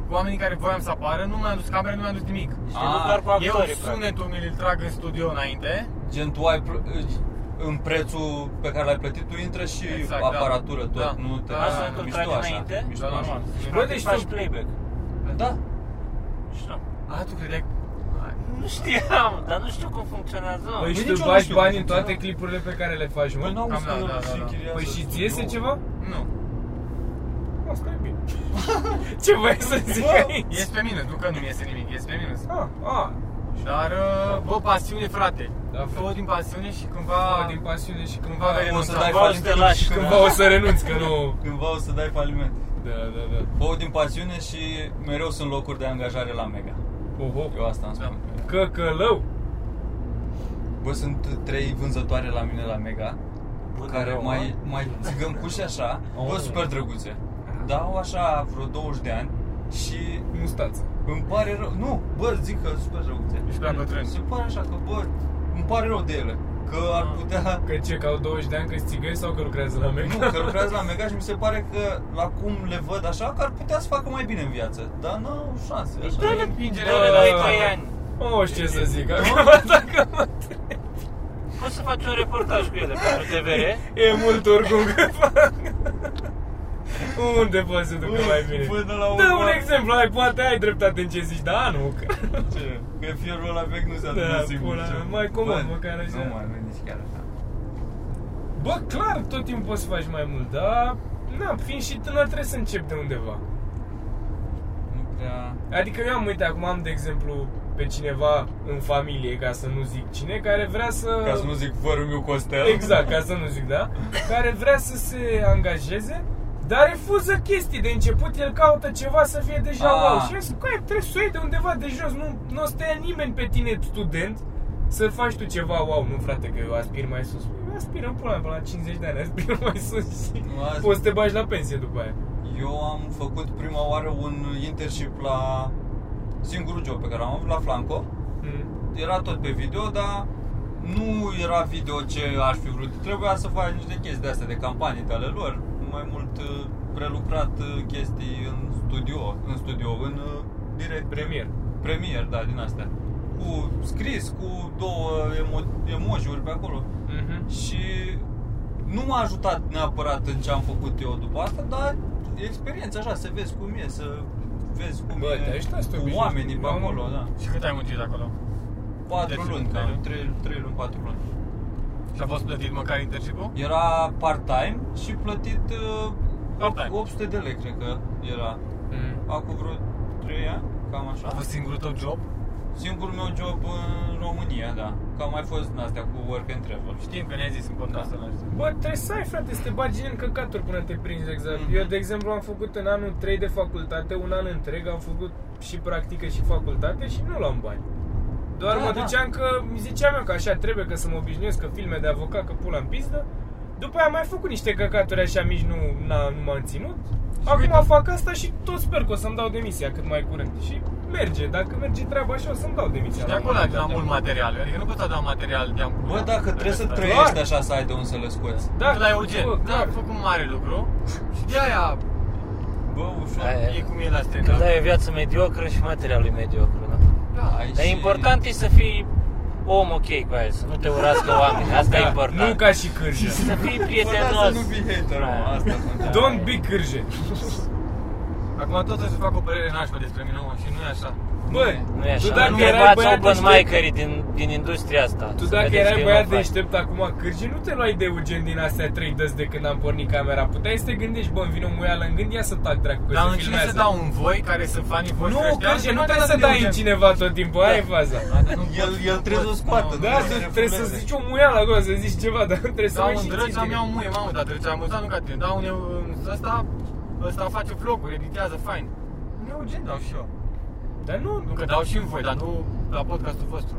Speaker 3: cu oamenii care voiam să apară, nu mi-am dus camere, nu mi-am dus nimic.
Speaker 4: Deci
Speaker 2: Ah,
Speaker 4: nu doar cu
Speaker 3: Eu
Speaker 4: actorii, practic.
Speaker 3: sunetul mi-l trag în studio înainte,
Speaker 2: Gen, tu ai, pl- în prețul pe care l-ai plătit, tu intră și
Speaker 3: Exact,
Speaker 2: aparatură
Speaker 3: da.
Speaker 2: tot,
Speaker 3: Da.
Speaker 2: nu te
Speaker 3: Da,
Speaker 4: Asta
Speaker 3: da,
Speaker 4: e
Speaker 3: da,
Speaker 4: tot
Speaker 2: mișto
Speaker 4: trage
Speaker 2: așa.
Speaker 4: înainte.
Speaker 3: mișto
Speaker 2: Da,
Speaker 3: normal.
Speaker 4: Și
Speaker 1: Bă,
Speaker 4: Bă,
Speaker 1: deci
Speaker 4: deci faci
Speaker 1: tu-
Speaker 4: playback.
Speaker 2: Da,
Speaker 4: Mișto.
Speaker 3: A, tu credeai Hai.
Speaker 4: Nu știam, dar nu știu cum funcționează. mă.
Speaker 1: Păi și
Speaker 2: nici
Speaker 1: tu
Speaker 2: eu nu
Speaker 1: bagi
Speaker 2: știu.
Speaker 1: bani în toate clipurile pe care le faci,
Speaker 2: Păi
Speaker 1: mă?
Speaker 2: n-au
Speaker 3: Cam da,
Speaker 2: scălă
Speaker 3: da,
Speaker 2: și
Speaker 3: da, da.
Speaker 2: închiriază
Speaker 1: Păi și ție iese
Speaker 2: studioul.
Speaker 1: ceva?
Speaker 3: Nu,
Speaker 1: Asta e bine. Ce vrei să zic
Speaker 2: Bă,
Speaker 1: aici?
Speaker 3: ies pe mine, nu că nu iese nimic, ies pe minus.
Speaker 1: Ah, ah,
Speaker 3: Dar, uh, bă, pasiune, frate.
Speaker 1: Da,
Speaker 3: Fă din pasiune și
Speaker 1: bă,
Speaker 2: Ah.
Speaker 3: cumva...
Speaker 1: din pasiune și
Speaker 3: Cumva
Speaker 1: cândva,
Speaker 3: vei
Speaker 2: O să
Speaker 3: renunța.
Speaker 2: dai
Speaker 4: Bă, o să
Speaker 2: faliment
Speaker 4: te
Speaker 2: când-
Speaker 4: lași.
Speaker 1: cândva o să renunț, că nu...
Speaker 2: Cândva o să dai faliment.
Speaker 1: Da, da, da.
Speaker 2: Bă, din pasiune și mereu sunt locuri de angajare la Mega.
Speaker 1: Oho.
Speaker 2: Eu asta
Speaker 3: Da.
Speaker 2: am spus.
Speaker 1: Căcălău.
Speaker 2: Bă, sunt trei vânzătoare la mine la Mega
Speaker 4: Bună
Speaker 1: da,
Speaker 2: care
Speaker 4: ziua.
Speaker 2: mai, mai țigăm cu și așa, bă, super drăguțe. Dau așa vreo 20 de ani și
Speaker 1: Mustață.
Speaker 2: îmi pare rău. Nu, bă, zic că super drăguțe.
Speaker 3: Ești prea bătrân.
Speaker 2: Se pare așa că, bă, îmi pare rău de ele. Că
Speaker 1: Ah.
Speaker 2: ar putea
Speaker 1: Că ce, că au 20 de ani, că țigări sau că lucrează la mega?
Speaker 2: Nu, că lucrează la Mega și mi se pare că la cum le văd așa, că ar putea să facă mai bine în viață. Dar nu au șanse. Așa.
Speaker 4: Dă-le
Speaker 3: Împingere
Speaker 4: dă-le
Speaker 1: la-
Speaker 4: doi, trei ani.
Speaker 1: O, ce să zic acum, dacă mă
Speaker 4: Poți să faci un reportaj cu ele pentru TVR.
Speaker 1: E mult oricum că fac. Unde poți să ducă
Speaker 2: Ui,
Speaker 1: mai bine?
Speaker 2: până la
Speaker 1: Dă
Speaker 2: urmă.
Speaker 1: un exemplu, ai, poate ai dreptate în ce zici, da, nu, că...
Speaker 2: Ce? Că fierul ăla vechi nu se
Speaker 1: Da,
Speaker 2: adună singur.
Speaker 1: pula
Speaker 2: ce?
Speaker 1: mea, mai comod,
Speaker 2: Bă,
Speaker 1: măcar așa.
Speaker 2: Nu mai nu nici chiar așa.
Speaker 1: Bă, clar, tot timpul poți să faci mai mult, dar... Na, fiind și tânăr, trebuie să începi de undeva.
Speaker 2: Nu prea...
Speaker 1: Adică eu am, uite, acum am, de exemplu, pe cineva în familie, ca să nu zic cine, care vrea să...
Speaker 2: Ca să nu zic vărul meu Costel.
Speaker 1: Exact, ca să nu zic, da? Care vrea să se angajeze, dar refuză chestii. De început el caută ceva să fie deja
Speaker 2: Ah.
Speaker 1: wow. Și eu zic, "Coaie, trebuie să o iei de undeva de jos, nu, nu o să te ia nimeni pe tine student să faci tu ceva wow, nu frate, că eu aspir mai sus. Păi, Aspiră în pula mea, până la 50 de ani, aspir mai sus și
Speaker 2: Nu, azi-
Speaker 1: poți să te bagi la pensie după aia.
Speaker 2: Eu am făcut prima oară un internship la singurul job pe care l-am avut la Flanco.
Speaker 1: Mm.
Speaker 2: Era tot pe video, dar nu era video ce aș fi vrut. Trebuia să faci niște chestii de astea, de campanii de ale lor, mai mult uh, prelucrat uh, chestii în studio, în studio, în uh, direct
Speaker 1: Premier.
Speaker 2: premier, da, din astea. Cu scris, cu două emo- emoji-uri pe acolo.
Speaker 1: Mhm.
Speaker 2: Și nu m-a ajutat neapărat în ce am făcut eu după asta, dar experiența așa, să vezi cum e, să vezi cum
Speaker 1: Bă,
Speaker 2: e
Speaker 1: te ajută să te
Speaker 2: cu
Speaker 1: obișnuiești
Speaker 2: oamenii
Speaker 1: cu
Speaker 2: pe
Speaker 1: oameni.
Speaker 2: acolo, da.
Speaker 3: Și cât ai muncit acolo?
Speaker 2: 4
Speaker 3: Deci,
Speaker 2: luni,
Speaker 3: da.
Speaker 2: cam, 3, 3 luni, 4 luni.
Speaker 3: Și a fost plătit măcar internship
Speaker 2: Era part-time și plătit uh,
Speaker 3: Part-time.
Speaker 2: 800 de lei, cred că era.
Speaker 1: Mm.
Speaker 2: Acum vreo 3 ani, cam
Speaker 3: A
Speaker 2: așa.
Speaker 3: fost singurul tău job?
Speaker 2: Singurul meu job în România, da. Că am mai fost din astea cu work and travel.
Speaker 3: Știm că ne-ai zis în podcast ăla.
Speaker 1: Bă, trebuie să ai, frate, să te bagi în căcaturi până te prinzi exact.
Speaker 3: Mhm.
Speaker 1: Eu, de exemplu, am făcut în anul 3 de facultate, un an întreg, am făcut și practică și facultate și nu luam bani. Doar
Speaker 2: Da,
Speaker 1: mă
Speaker 2: da.
Speaker 1: duceam că, mi ziceam eu că așa trebuie, că să mă obișnuiesc, că filme de avocat, că pula în pizdă. După aia am mai făcut niște căcaturi așa mici, nu, n-a, nu m-am ținut. Acum fac asta și tot sper că o să-mi dau demisia cât mai curând. Și merge, dacă merge treaba așa, o să-mi dau demisia.
Speaker 3: De
Speaker 1: la
Speaker 3: acolo
Speaker 1: un
Speaker 3: ai
Speaker 1: moment
Speaker 3: dat
Speaker 1: dat.
Speaker 3: mult material. Adică nu poți să dau material de am
Speaker 2: Bă, dacă trebuie să
Speaker 3: treci.
Speaker 2: trăiești așa, să ai de unde să le scoți.
Speaker 3: Da, la Eugen.
Speaker 1: bă,
Speaker 3: da,
Speaker 1: clar.
Speaker 3: am făcut mare lucru. Și de aia
Speaker 2: Bă, ușor.
Speaker 4: Da,
Speaker 3: e cum e la
Speaker 4: Că
Speaker 3: stand
Speaker 4: da, e viață mediocră și materialul e mediocru, da.
Speaker 2: Da, ai
Speaker 4: Dar
Speaker 2: și-
Speaker 4: important e să fii om ok cu aia, să nu te urască oamenii, asta e important.
Speaker 1: Da, Nu ca și cârjă.
Speaker 4: Să fii
Speaker 2: Important
Speaker 4: prietenos.
Speaker 2: să nu fii hater, mă,
Speaker 4: Da.
Speaker 2: asta contează.
Speaker 1: Don't be cârje.
Speaker 3: Acum tot o să fac o părere nașpa despre mine, mă, și nu e așa.
Speaker 1: Bă,
Speaker 4: Nu e așa,
Speaker 1: tu dacă
Speaker 4: nu
Speaker 1: erai băiat
Speaker 4: open
Speaker 1: deștept,
Speaker 4: micerii din, din industria asta.
Speaker 1: tu
Speaker 4: Să
Speaker 1: dacă
Speaker 4: vedeți că
Speaker 1: erai
Speaker 4: e
Speaker 1: băiat
Speaker 4: mai fain.
Speaker 1: deștept acum cârgi, nu te luai de Eugen din astea trei dăți de când am pornit camera. Puteai să te gândești, bă, îmi vine o muială în gând, ia să tac dracu că
Speaker 2: Păi
Speaker 3: Dar
Speaker 1: se
Speaker 3: în cine
Speaker 1: filmează.
Speaker 3: să dau un voi care să fanii voștri
Speaker 1: Nu,
Speaker 3: ăștia? Adică
Speaker 1: Cârge, nu
Speaker 3: te Adică
Speaker 1: trebuie să dai în cineva tot timpul,
Speaker 3: Da.
Speaker 1: aia e faza.
Speaker 2: El, el trebuie să o scoată.
Speaker 1: Da,
Speaker 2: nu
Speaker 1: să-
Speaker 2: se
Speaker 1: trebuie să
Speaker 2: refuleze.
Speaker 1: zici o muială acolo, să zici ceva, dar trebuie să
Speaker 3: Dau
Speaker 1: mai
Speaker 3: un
Speaker 1: și
Speaker 3: drăgi,
Speaker 1: ții
Speaker 3: am
Speaker 1: tine.
Speaker 3: iau muie, mamă, dar drăgi am uzat, nu ca tine. Dau un eu- ăsta, ăsta face vloguri, editează, fain. Un Eugen dau și eu.
Speaker 1: Dar nu,
Speaker 3: Nu că dau și în voi, dar nu la podcastul vostru.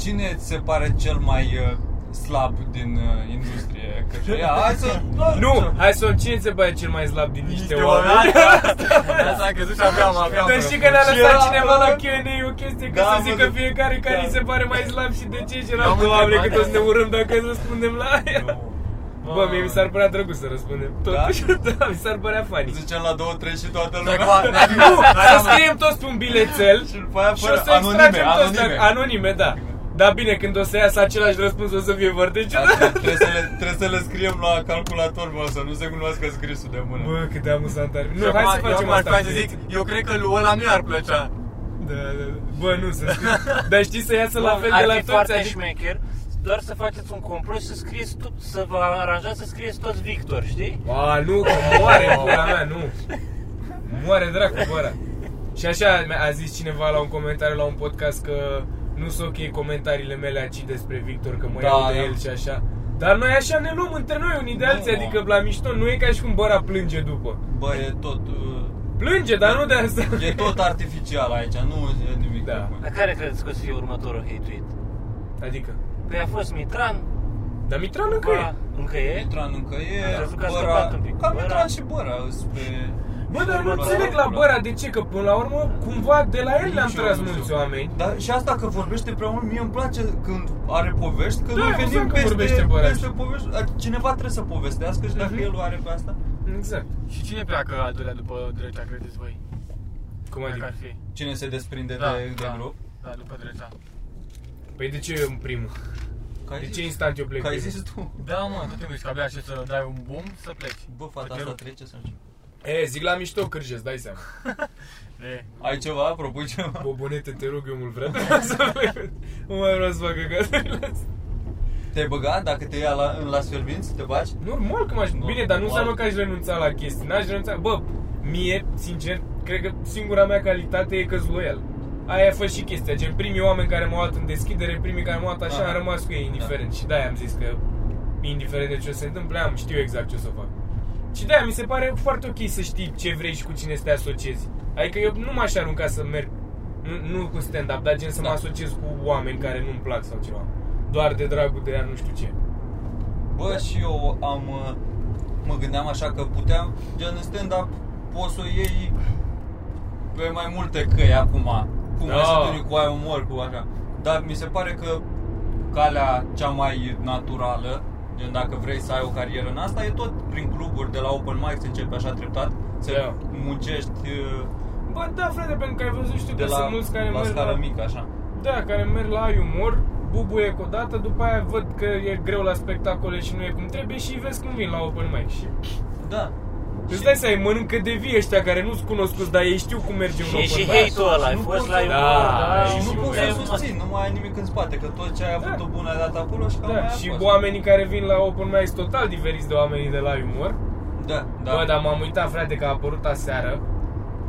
Speaker 2: Cine ți se pare cel mai uh, slab din uh, industrie? Că și ea, hai să...
Speaker 1: nu, hai să o cine ți se pare cel mai slab din niște oameni?
Speaker 3: Asta a crezut și aveam, aveam.
Speaker 1: Dar știi că ne-a
Speaker 2: Și
Speaker 1: lăsat
Speaker 2: era-
Speaker 1: cineva la Q&A o chestie ca
Speaker 2: Da,
Speaker 1: să
Speaker 2: mă,
Speaker 1: zică
Speaker 2: de-
Speaker 1: fiecare care
Speaker 2: da.
Speaker 1: îi se pare mai slab și de ce și
Speaker 3: Eu am
Speaker 1: eram doamne că
Speaker 3: întrebat.
Speaker 1: toți ne urâm dacă răspundem la aia.
Speaker 2: Nu.
Speaker 1: Bă, mie mi s-ar părea drăguț să răspundem. Totuși, da, mi s-ar părea funny.
Speaker 2: Zicem la 2, 3 și toată lumea.
Speaker 1: Exact. Nu, să scriem toți pe un bilețel
Speaker 2: Și după Păi aia
Speaker 1: și
Speaker 2: fără-
Speaker 1: o să
Speaker 2: anonime,
Speaker 1: extragem toți
Speaker 2: anonime.
Speaker 1: dacă- anonime, da. Dar bine, când o să iasă același răspuns o să fie foarte
Speaker 2: Asta
Speaker 1: ciudat.
Speaker 2: Adică trebuie, să le, trebuie să le scriem la calculator, mă, să nu se cunoască scrisul de mână.
Speaker 1: Bă, cât de amuzant ar fi. Nu,
Speaker 3: Și
Speaker 1: hai
Speaker 3: acum-
Speaker 1: să facem
Speaker 3: eu acum
Speaker 1: asta.
Speaker 3: aș vrea să zic, eu cred că lui ăla nu i-ar plăcea.
Speaker 1: Da, da, da. Bă, nu, să scriu. Dar știi să iasă la
Speaker 4: Bun,
Speaker 1: fel
Speaker 4: ar
Speaker 1: de la
Speaker 4: fi
Speaker 1: toți,
Speaker 4: foarte
Speaker 1: adică...
Speaker 4: șmecher, doar să faceți un complot și să scrieți tu, să vă aranjați să scrieți toți Victor, știi?
Speaker 1: A, nu, că moare pula mea, nu. Moare dracu bă, ăla. Și așa a zis cineva la un comentariu la un podcast că nu sunt ok comentariile mele aici despre Victor, că mă
Speaker 2: Da,
Speaker 1: iau de
Speaker 2: da.
Speaker 1: el și așa. Dar noi așa ne luăm între noi unii de alții,
Speaker 2: Nu.
Speaker 1: adică la mișto nu e ca și cum băra plânge după.
Speaker 2: Bă, e tot... uh,
Speaker 1: Plânge, dar nu de asta.
Speaker 2: E tot artificial aici, nu e nimic.
Speaker 1: Da.
Speaker 2: acum.
Speaker 4: Dar care credeți că o să fie următorul hate
Speaker 1: Adică.
Speaker 4: Păi a fost Mitran,
Speaker 1: Dar Mitran încă
Speaker 4: ba,
Speaker 1: e.
Speaker 4: încă e,
Speaker 2: Mitran încă
Speaker 4: Am
Speaker 2: e,
Speaker 4: crezut că a
Speaker 2: Băra...
Speaker 4: scăpat un pic.
Speaker 2: Cam
Speaker 4: Băra-
Speaker 2: Mitran și Băra spre...
Speaker 1: Bă, dar nu
Speaker 2: Băra-
Speaker 1: înțeleg la băra de ce, că până la urmă cumva de la el
Speaker 2: Nici
Speaker 1: le-am
Speaker 2: eu
Speaker 1: tras
Speaker 2: nu știu.
Speaker 1: mulți oameni.
Speaker 2: Dar și asta că vorbește prea mult, mie îmi place când are povești, că
Speaker 1: Da,
Speaker 2: noi
Speaker 1: e
Speaker 2: venim
Speaker 1: amuzant că
Speaker 2: peste,
Speaker 1: vorbește Băra.
Speaker 2: peste povești. Cineva trebuie să povestească și dacă
Speaker 1: Mhm.
Speaker 2: el o are pe asta.
Speaker 1: Exact.
Speaker 3: Și cine pleacă al doilea după Drăgea, credeți voi?
Speaker 1: Cum
Speaker 3: Dacă
Speaker 1: adică?
Speaker 3: ar fi?
Speaker 2: Cine se desprinde
Speaker 1: Da,
Speaker 2: de, de grup?
Speaker 3: da, după Drăgea.
Speaker 1: Păi de ce eu în primul?
Speaker 2: Că ai
Speaker 1: De
Speaker 2: zis-
Speaker 1: ce instant eu plec
Speaker 2: Că ai
Speaker 1: primul?
Speaker 2: zis tu.
Speaker 3: Da, mă, nu te gândești că abia aștept să dai un boom, să pleci.
Speaker 2: Bă, fata
Speaker 3: Să te
Speaker 2: asta
Speaker 3: rup.
Speaker 2: trece să nu
Speaker 1: E, zic la mișto cârjez, dai seama.
Speaker 3: De.
Speaker 2: Ai ceva? Propui ceva?
Speaker 1: Bobonete, te rog, eu mult vreau să plec. Nu mai vreau să fac căcaturile astea.
Speaker 2: Te-ai băgat dacă te ia la, în las fierbinți? Te baci?
Speaker 1: Normal că m-aș... Bine, dar nu înseamnă
Speaker 2: Normal.
Speaker 1: că aș renunța la chestii. N-aș renunța... Bă, mie, sincer, cred că singura mea calitate e că loial. Aia a fost și chestia, gen primii oameni care m-au luat în deschidere, primii care m-au luat așa,
Speaker 2: Aha. Da.
Speaker 1: am rămas cu ei indiferent. Și de-aia am zis că, indiferent de ce o se întâmple, am, știu exact ce o să fac. Și de-aia mi se pare foarte ok să știi ce vrei și cu cine să te asociezi. Adică eu nu m-aș arunca să merg, nu, nu cu stand-up, dar gen să mă
Speaker 2: Da.
Speaker 1: asociez cu oameni care nu-mi plac sau ceva. Doar de dragul de ea, nu știu ce.
Speaker 2: Bă, și eu am... uh, Mă gândeam așa că puteam, gen în stand-up, poți să o iei pe mai multe căi acum. Cum
Speaker 1: Da.
Speaker 2: no. ai cu ai umor, cu așa. Dar mi se pare că calea cea mai naturală, gen dacă vrei să ai o carieră în asta, e tot prin cluburi, de la open mic, începi așa treptat, să
Speaker 1: Da.
Speaker 2: muncești uh,
Speaker 1: Bă, da, frate, pentru că ai văzut, știu
Speaker 2: de
Speaker 1: că
Speaker 2: la,
Speaker 1: sunt mulți care
Speaker 2: la
Speaker 1: merg
Speaker 2: scară mică, așa.
Speaker 1: Da, care merg la ai umor, bubuie cu o dată, după aia văd că e greu la spectacole și nu e cum trebuie și îi vezi cum vin la open mic. Și
Speaker 2: Da.
Speaker 1: îți dai seama, îi mănâncă de vii ăștia care nu-ți cunoscuți, dar ei știu cum merge un
Speaker 4: Și e și
Speaker 1: open mic.
Speaker 4: hate-ul ăla, ai
Speaker 2: Nu
Speaker 4: fost
Speaker 2: pot
Speaker 4: la
Speaker 2: să-
Speaker 4: Iubor,
Speaker 1: Da,
Speaker 4: da,
Speaker 1: și
Speaker 2: Și nu
Speaker 1: nu
Speaker 2: poți
Speaker 1: putem-
Speaker 2: să susții, nu mai ai nimic în spate, că tot ce ai avut
Speaker 1: Da.
Speaker 2: tu bun ai dat acolo și cam
Speaker 1: Da,
Speaker 2: aia a
Speaker 1: și
Speaker 2: fost.
Speaker 1: oamenii care vin la open mic sunt total diferiți de oamenii de la ai umor.
Speaker 2: Da, da.
Speaker 1: Da. Bă, dar m-am uitat, frate, că a apărut aseară.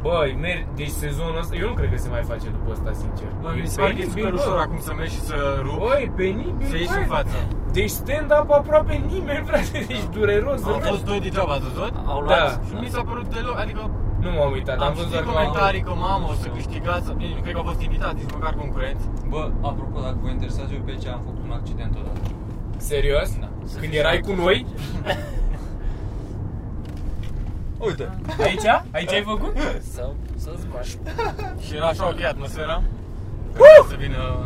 Speaker 1: Băi, mer- deci sezonul ăsta, eu nu cred că se mai face după ăsta, sincer.
Speaker 3: Bă, mi
Speaker 1: E
Speaker 3: se pare că e
Speaker 1: penibil,
Speaker 3: super
Speaker 1: bă.
Speaker 3: ușor acum să mergi și să rup.
Speaker 1: Băi, penibil,
Speaker 3: Să ieși
Speaker 1: băi.
Speaker 3: în față.
Speaker 1: Deci stand-up aproape nimeni, frate, deci dureros.
Speaker 3: Au
Speaker 1: rău.
Speaker 3: fost doi degeaba, ați văzut?
Speaker 4: Au
Speaker 1: Da.
Speaker 4: luat,
Speaker 3: Și mi s-a părut deloc, adică
Speaker 1: Nu m-am uitat, am,
Speaker 3: am
Speaker 1: văzut
Speaker 3: văzut
Speaker 1: doar că m-am
Speaker 3: comentarii că mamă, o să câștigați, sau- bine, nu cred că au fost invitați, nici măcar concurenți.
Speaker 2: Bă, apropo, dacă vă interesează, eu pe ce am făcut un accident odată.
Speaker 1: Serios?
Speaker 2: Da.
Speaker 1: Când erai cu noi?
Speaker 2: Uite.
Speaker 1: Aici? Aici ai făcut?
Speaker 4: Sau să-ți bași.
Speaker 3: Și era așa ok atmosfera. Că Să vină...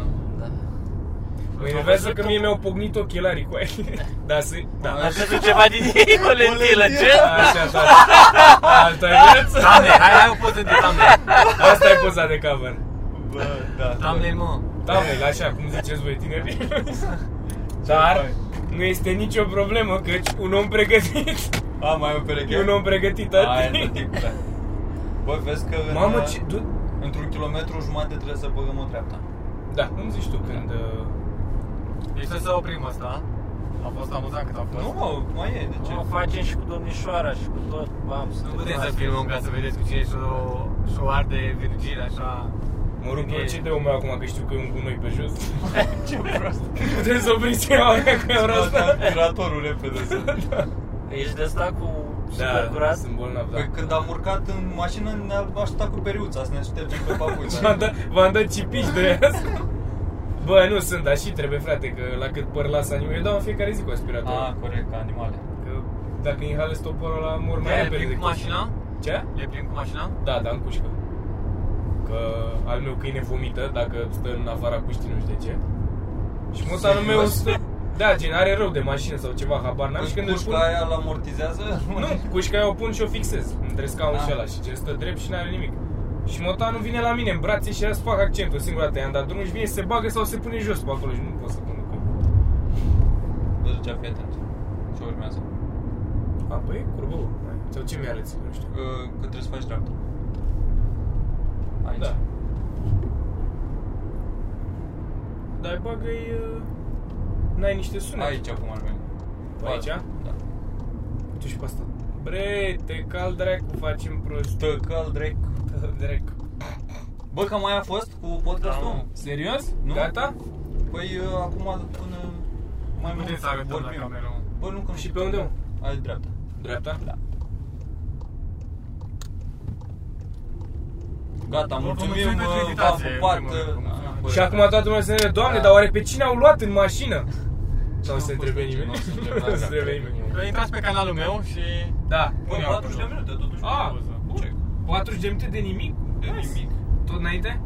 Speaker 1: Mă enervează Păi că mie mi-au pognit ochelarii cu ei. Da, se... Da.
Speaker 4: Am crezut ceva din ei, o lentilă, ce?
Speaker 1: Așa, da. Alta e viața.
Speaker 3: Doamne, hai, hai o poză de thumbnail.
Speaker 1: Asta e poza de cover.
Speaker 2: Bă, da.
Speaker 3: Thumbnail, mă.
Speaker 1: Doamne, așa, cum ziceți voi, tineri. Dar nu este nicio problemă, căci un om pregătit
Speaker 2: A, mai e o pereche. Da,
Speaker 1: e un om pregătit. da.
Speaker 2: Aia e tot
Speaker 1: tati.
Speaker 2: tipul ăla. Bă, vezi că în, uh,
Speaker 1: Mamă, ce... Du...
Speaker 2: într-un kilometru jumate trebuie să băgăm o treaptă.
Speaker 1: Da, cum zici tu când... uh,
Speaker 3: Deci să se oprim asta. A fost amuzant cât a fost.
Speaker 2: Nu, mă, mai e, de ce?
Speaker 4: O facem și cu domnișoara și cu tot, bam, să
Speaker 3: Nu
Speaker 4: te
Speaker 3: putem să
Speaker 4: faci.
Speaker 3: filmăm ca să vedeți cu cine și o, și o arde Virgil, așa.
Speaker 1: Mă rog,
Speaker 3: E-
Speaker 1: procedeul meu acum, că știu că e un gunoi pe jos.
Speaker 2: ce prost.
Speaker 1: Putem să opriți eu că eu vreau să...
Speaker 2: Aspiratorul da, repede să...
Speaker 4: Ești de asta cu super
Speaker 1: Da,
Speaker 4: curat?
Speaker 1: sunt bolnav, da.
Speaker 2: Păi când am urcat în mașină ne-a așteptat cu periuța să ne ștergem pe papuci.
Speaker 1: V-am dat, v-am dat cipici de asta. Bă, nu sunt, dar și trebuie, frate, că la cât păr las animal. Eu dau în fiecare zi cu aspirator.
Speaker 2: A, corect, ca animale.
Speaker 1: Că dacă inhalez tot părul ăla, mor mai
Speaker 3: Le
Speaker 1: repede.
Speaker 3: plim
Speaker 1: decât-
Speaker 3: cu mașina?
Speaker 1: Ce?
Speaker 3: Le plim cu mașina?
Speaker 1: Da, da, în cușcă. Că al meu câine vomită dacă stă în afara cuștii, nu știu de ce. Și motanul meu
Speaker 2: Serios?
Speaker 1: stă... Da, gen, are rău de mașină sau ceva, habar n-am și când îl pun...
Speaker 2: Pușca aia îl amortizează?
Speaker 1: Nu, cușca eu o pun și o fixez între scaunul
Speaker 2: Ah.
Speaker 1: și ăla și gen stă drept și n-are nimic. Și motanul vine la mine în brațe și azi fac accentul singura dată, i-am dat drumul și vine și se bagă sau se pune jos pe acolo și nu pot să pun cum.
Speaker 2: Vă zicea, fii atent. Ce urmează?
Speaker 1: A, păi, curbă, bă. sau ce mi arăți, nu știu.
Speaker 2: Că, că trebuie să faci dreapta. Aici.
Speaker 1: Da. Dar bagă-i... uh, N-ai niște sunete.
Speaker 2: Aici acum ar veni.
Speaker 1: Pe aici?
Speaker 2: Da.
Speaker 1: Tu și pe asta. Bre, te cal dracu, facem prost.
Speaker 2: Tăcal drec.
Speaker 1: Dracu.
Speaker 2: Bă, cam mai a fost cu podcastul?
Speaker 3: Da, mă.
Speaker 1: Serios?
Speaker 2: Nu.
Speaker 1: Gata?
Speaker 2: Păi uh, acum până mai
Speaker 3: Nu putem
Speaker 2: mult
Speaker 3: să arătăm la
Speaker 2: vorbim.
Speaker 3: cameră, mă.
Speaker 2: Bă, nu că
Speaker 1: Și pe unde, mă?
Speaker 2: Ai dreapta.
Speaker 1: Dreapta?
Speaker 2: Da. Gata,
Speaker 3: Oricum,
Speaker 2: mulțumim,
Speaker 3: mulțumim pentru
Speaker 2: uh, v-am
Speaker 3: invitație,
Speaker 2: pupat.
Speaker 3: în primul rând.
Speaker 2: uh,
Speaker 3: Bă,
Speaker 1: Și acum toată lumea se întreabă, Doamne, dar oare pe cine au luat în mașină? Sau
Speaker 2: Da. Nu
Speaker 1: se
Speaker 2: am
Speaker 1: întrebe
Speaker 2: fost
Speaker 1: nimeni?
Speaker 2: aici, nu se întrebe,
Speaker 1: Nu se
Speaker 2: da.
Speaker 1: întrebe nimeni.
Speaker 3: Că Intrați pe canalul meu și...
Speaker 1: Da.
Speaker 2: Bă, 40 de minute, totuși.
Speaker 1: A,
Speaker 2: nu e pauză.
Speaker 1: bun. 40 Ah, de minute de nimic?
Speaker 2: De
Speaker 1: Nice.
Speaker 2: nimic.
Speaker 1: Tot înainte?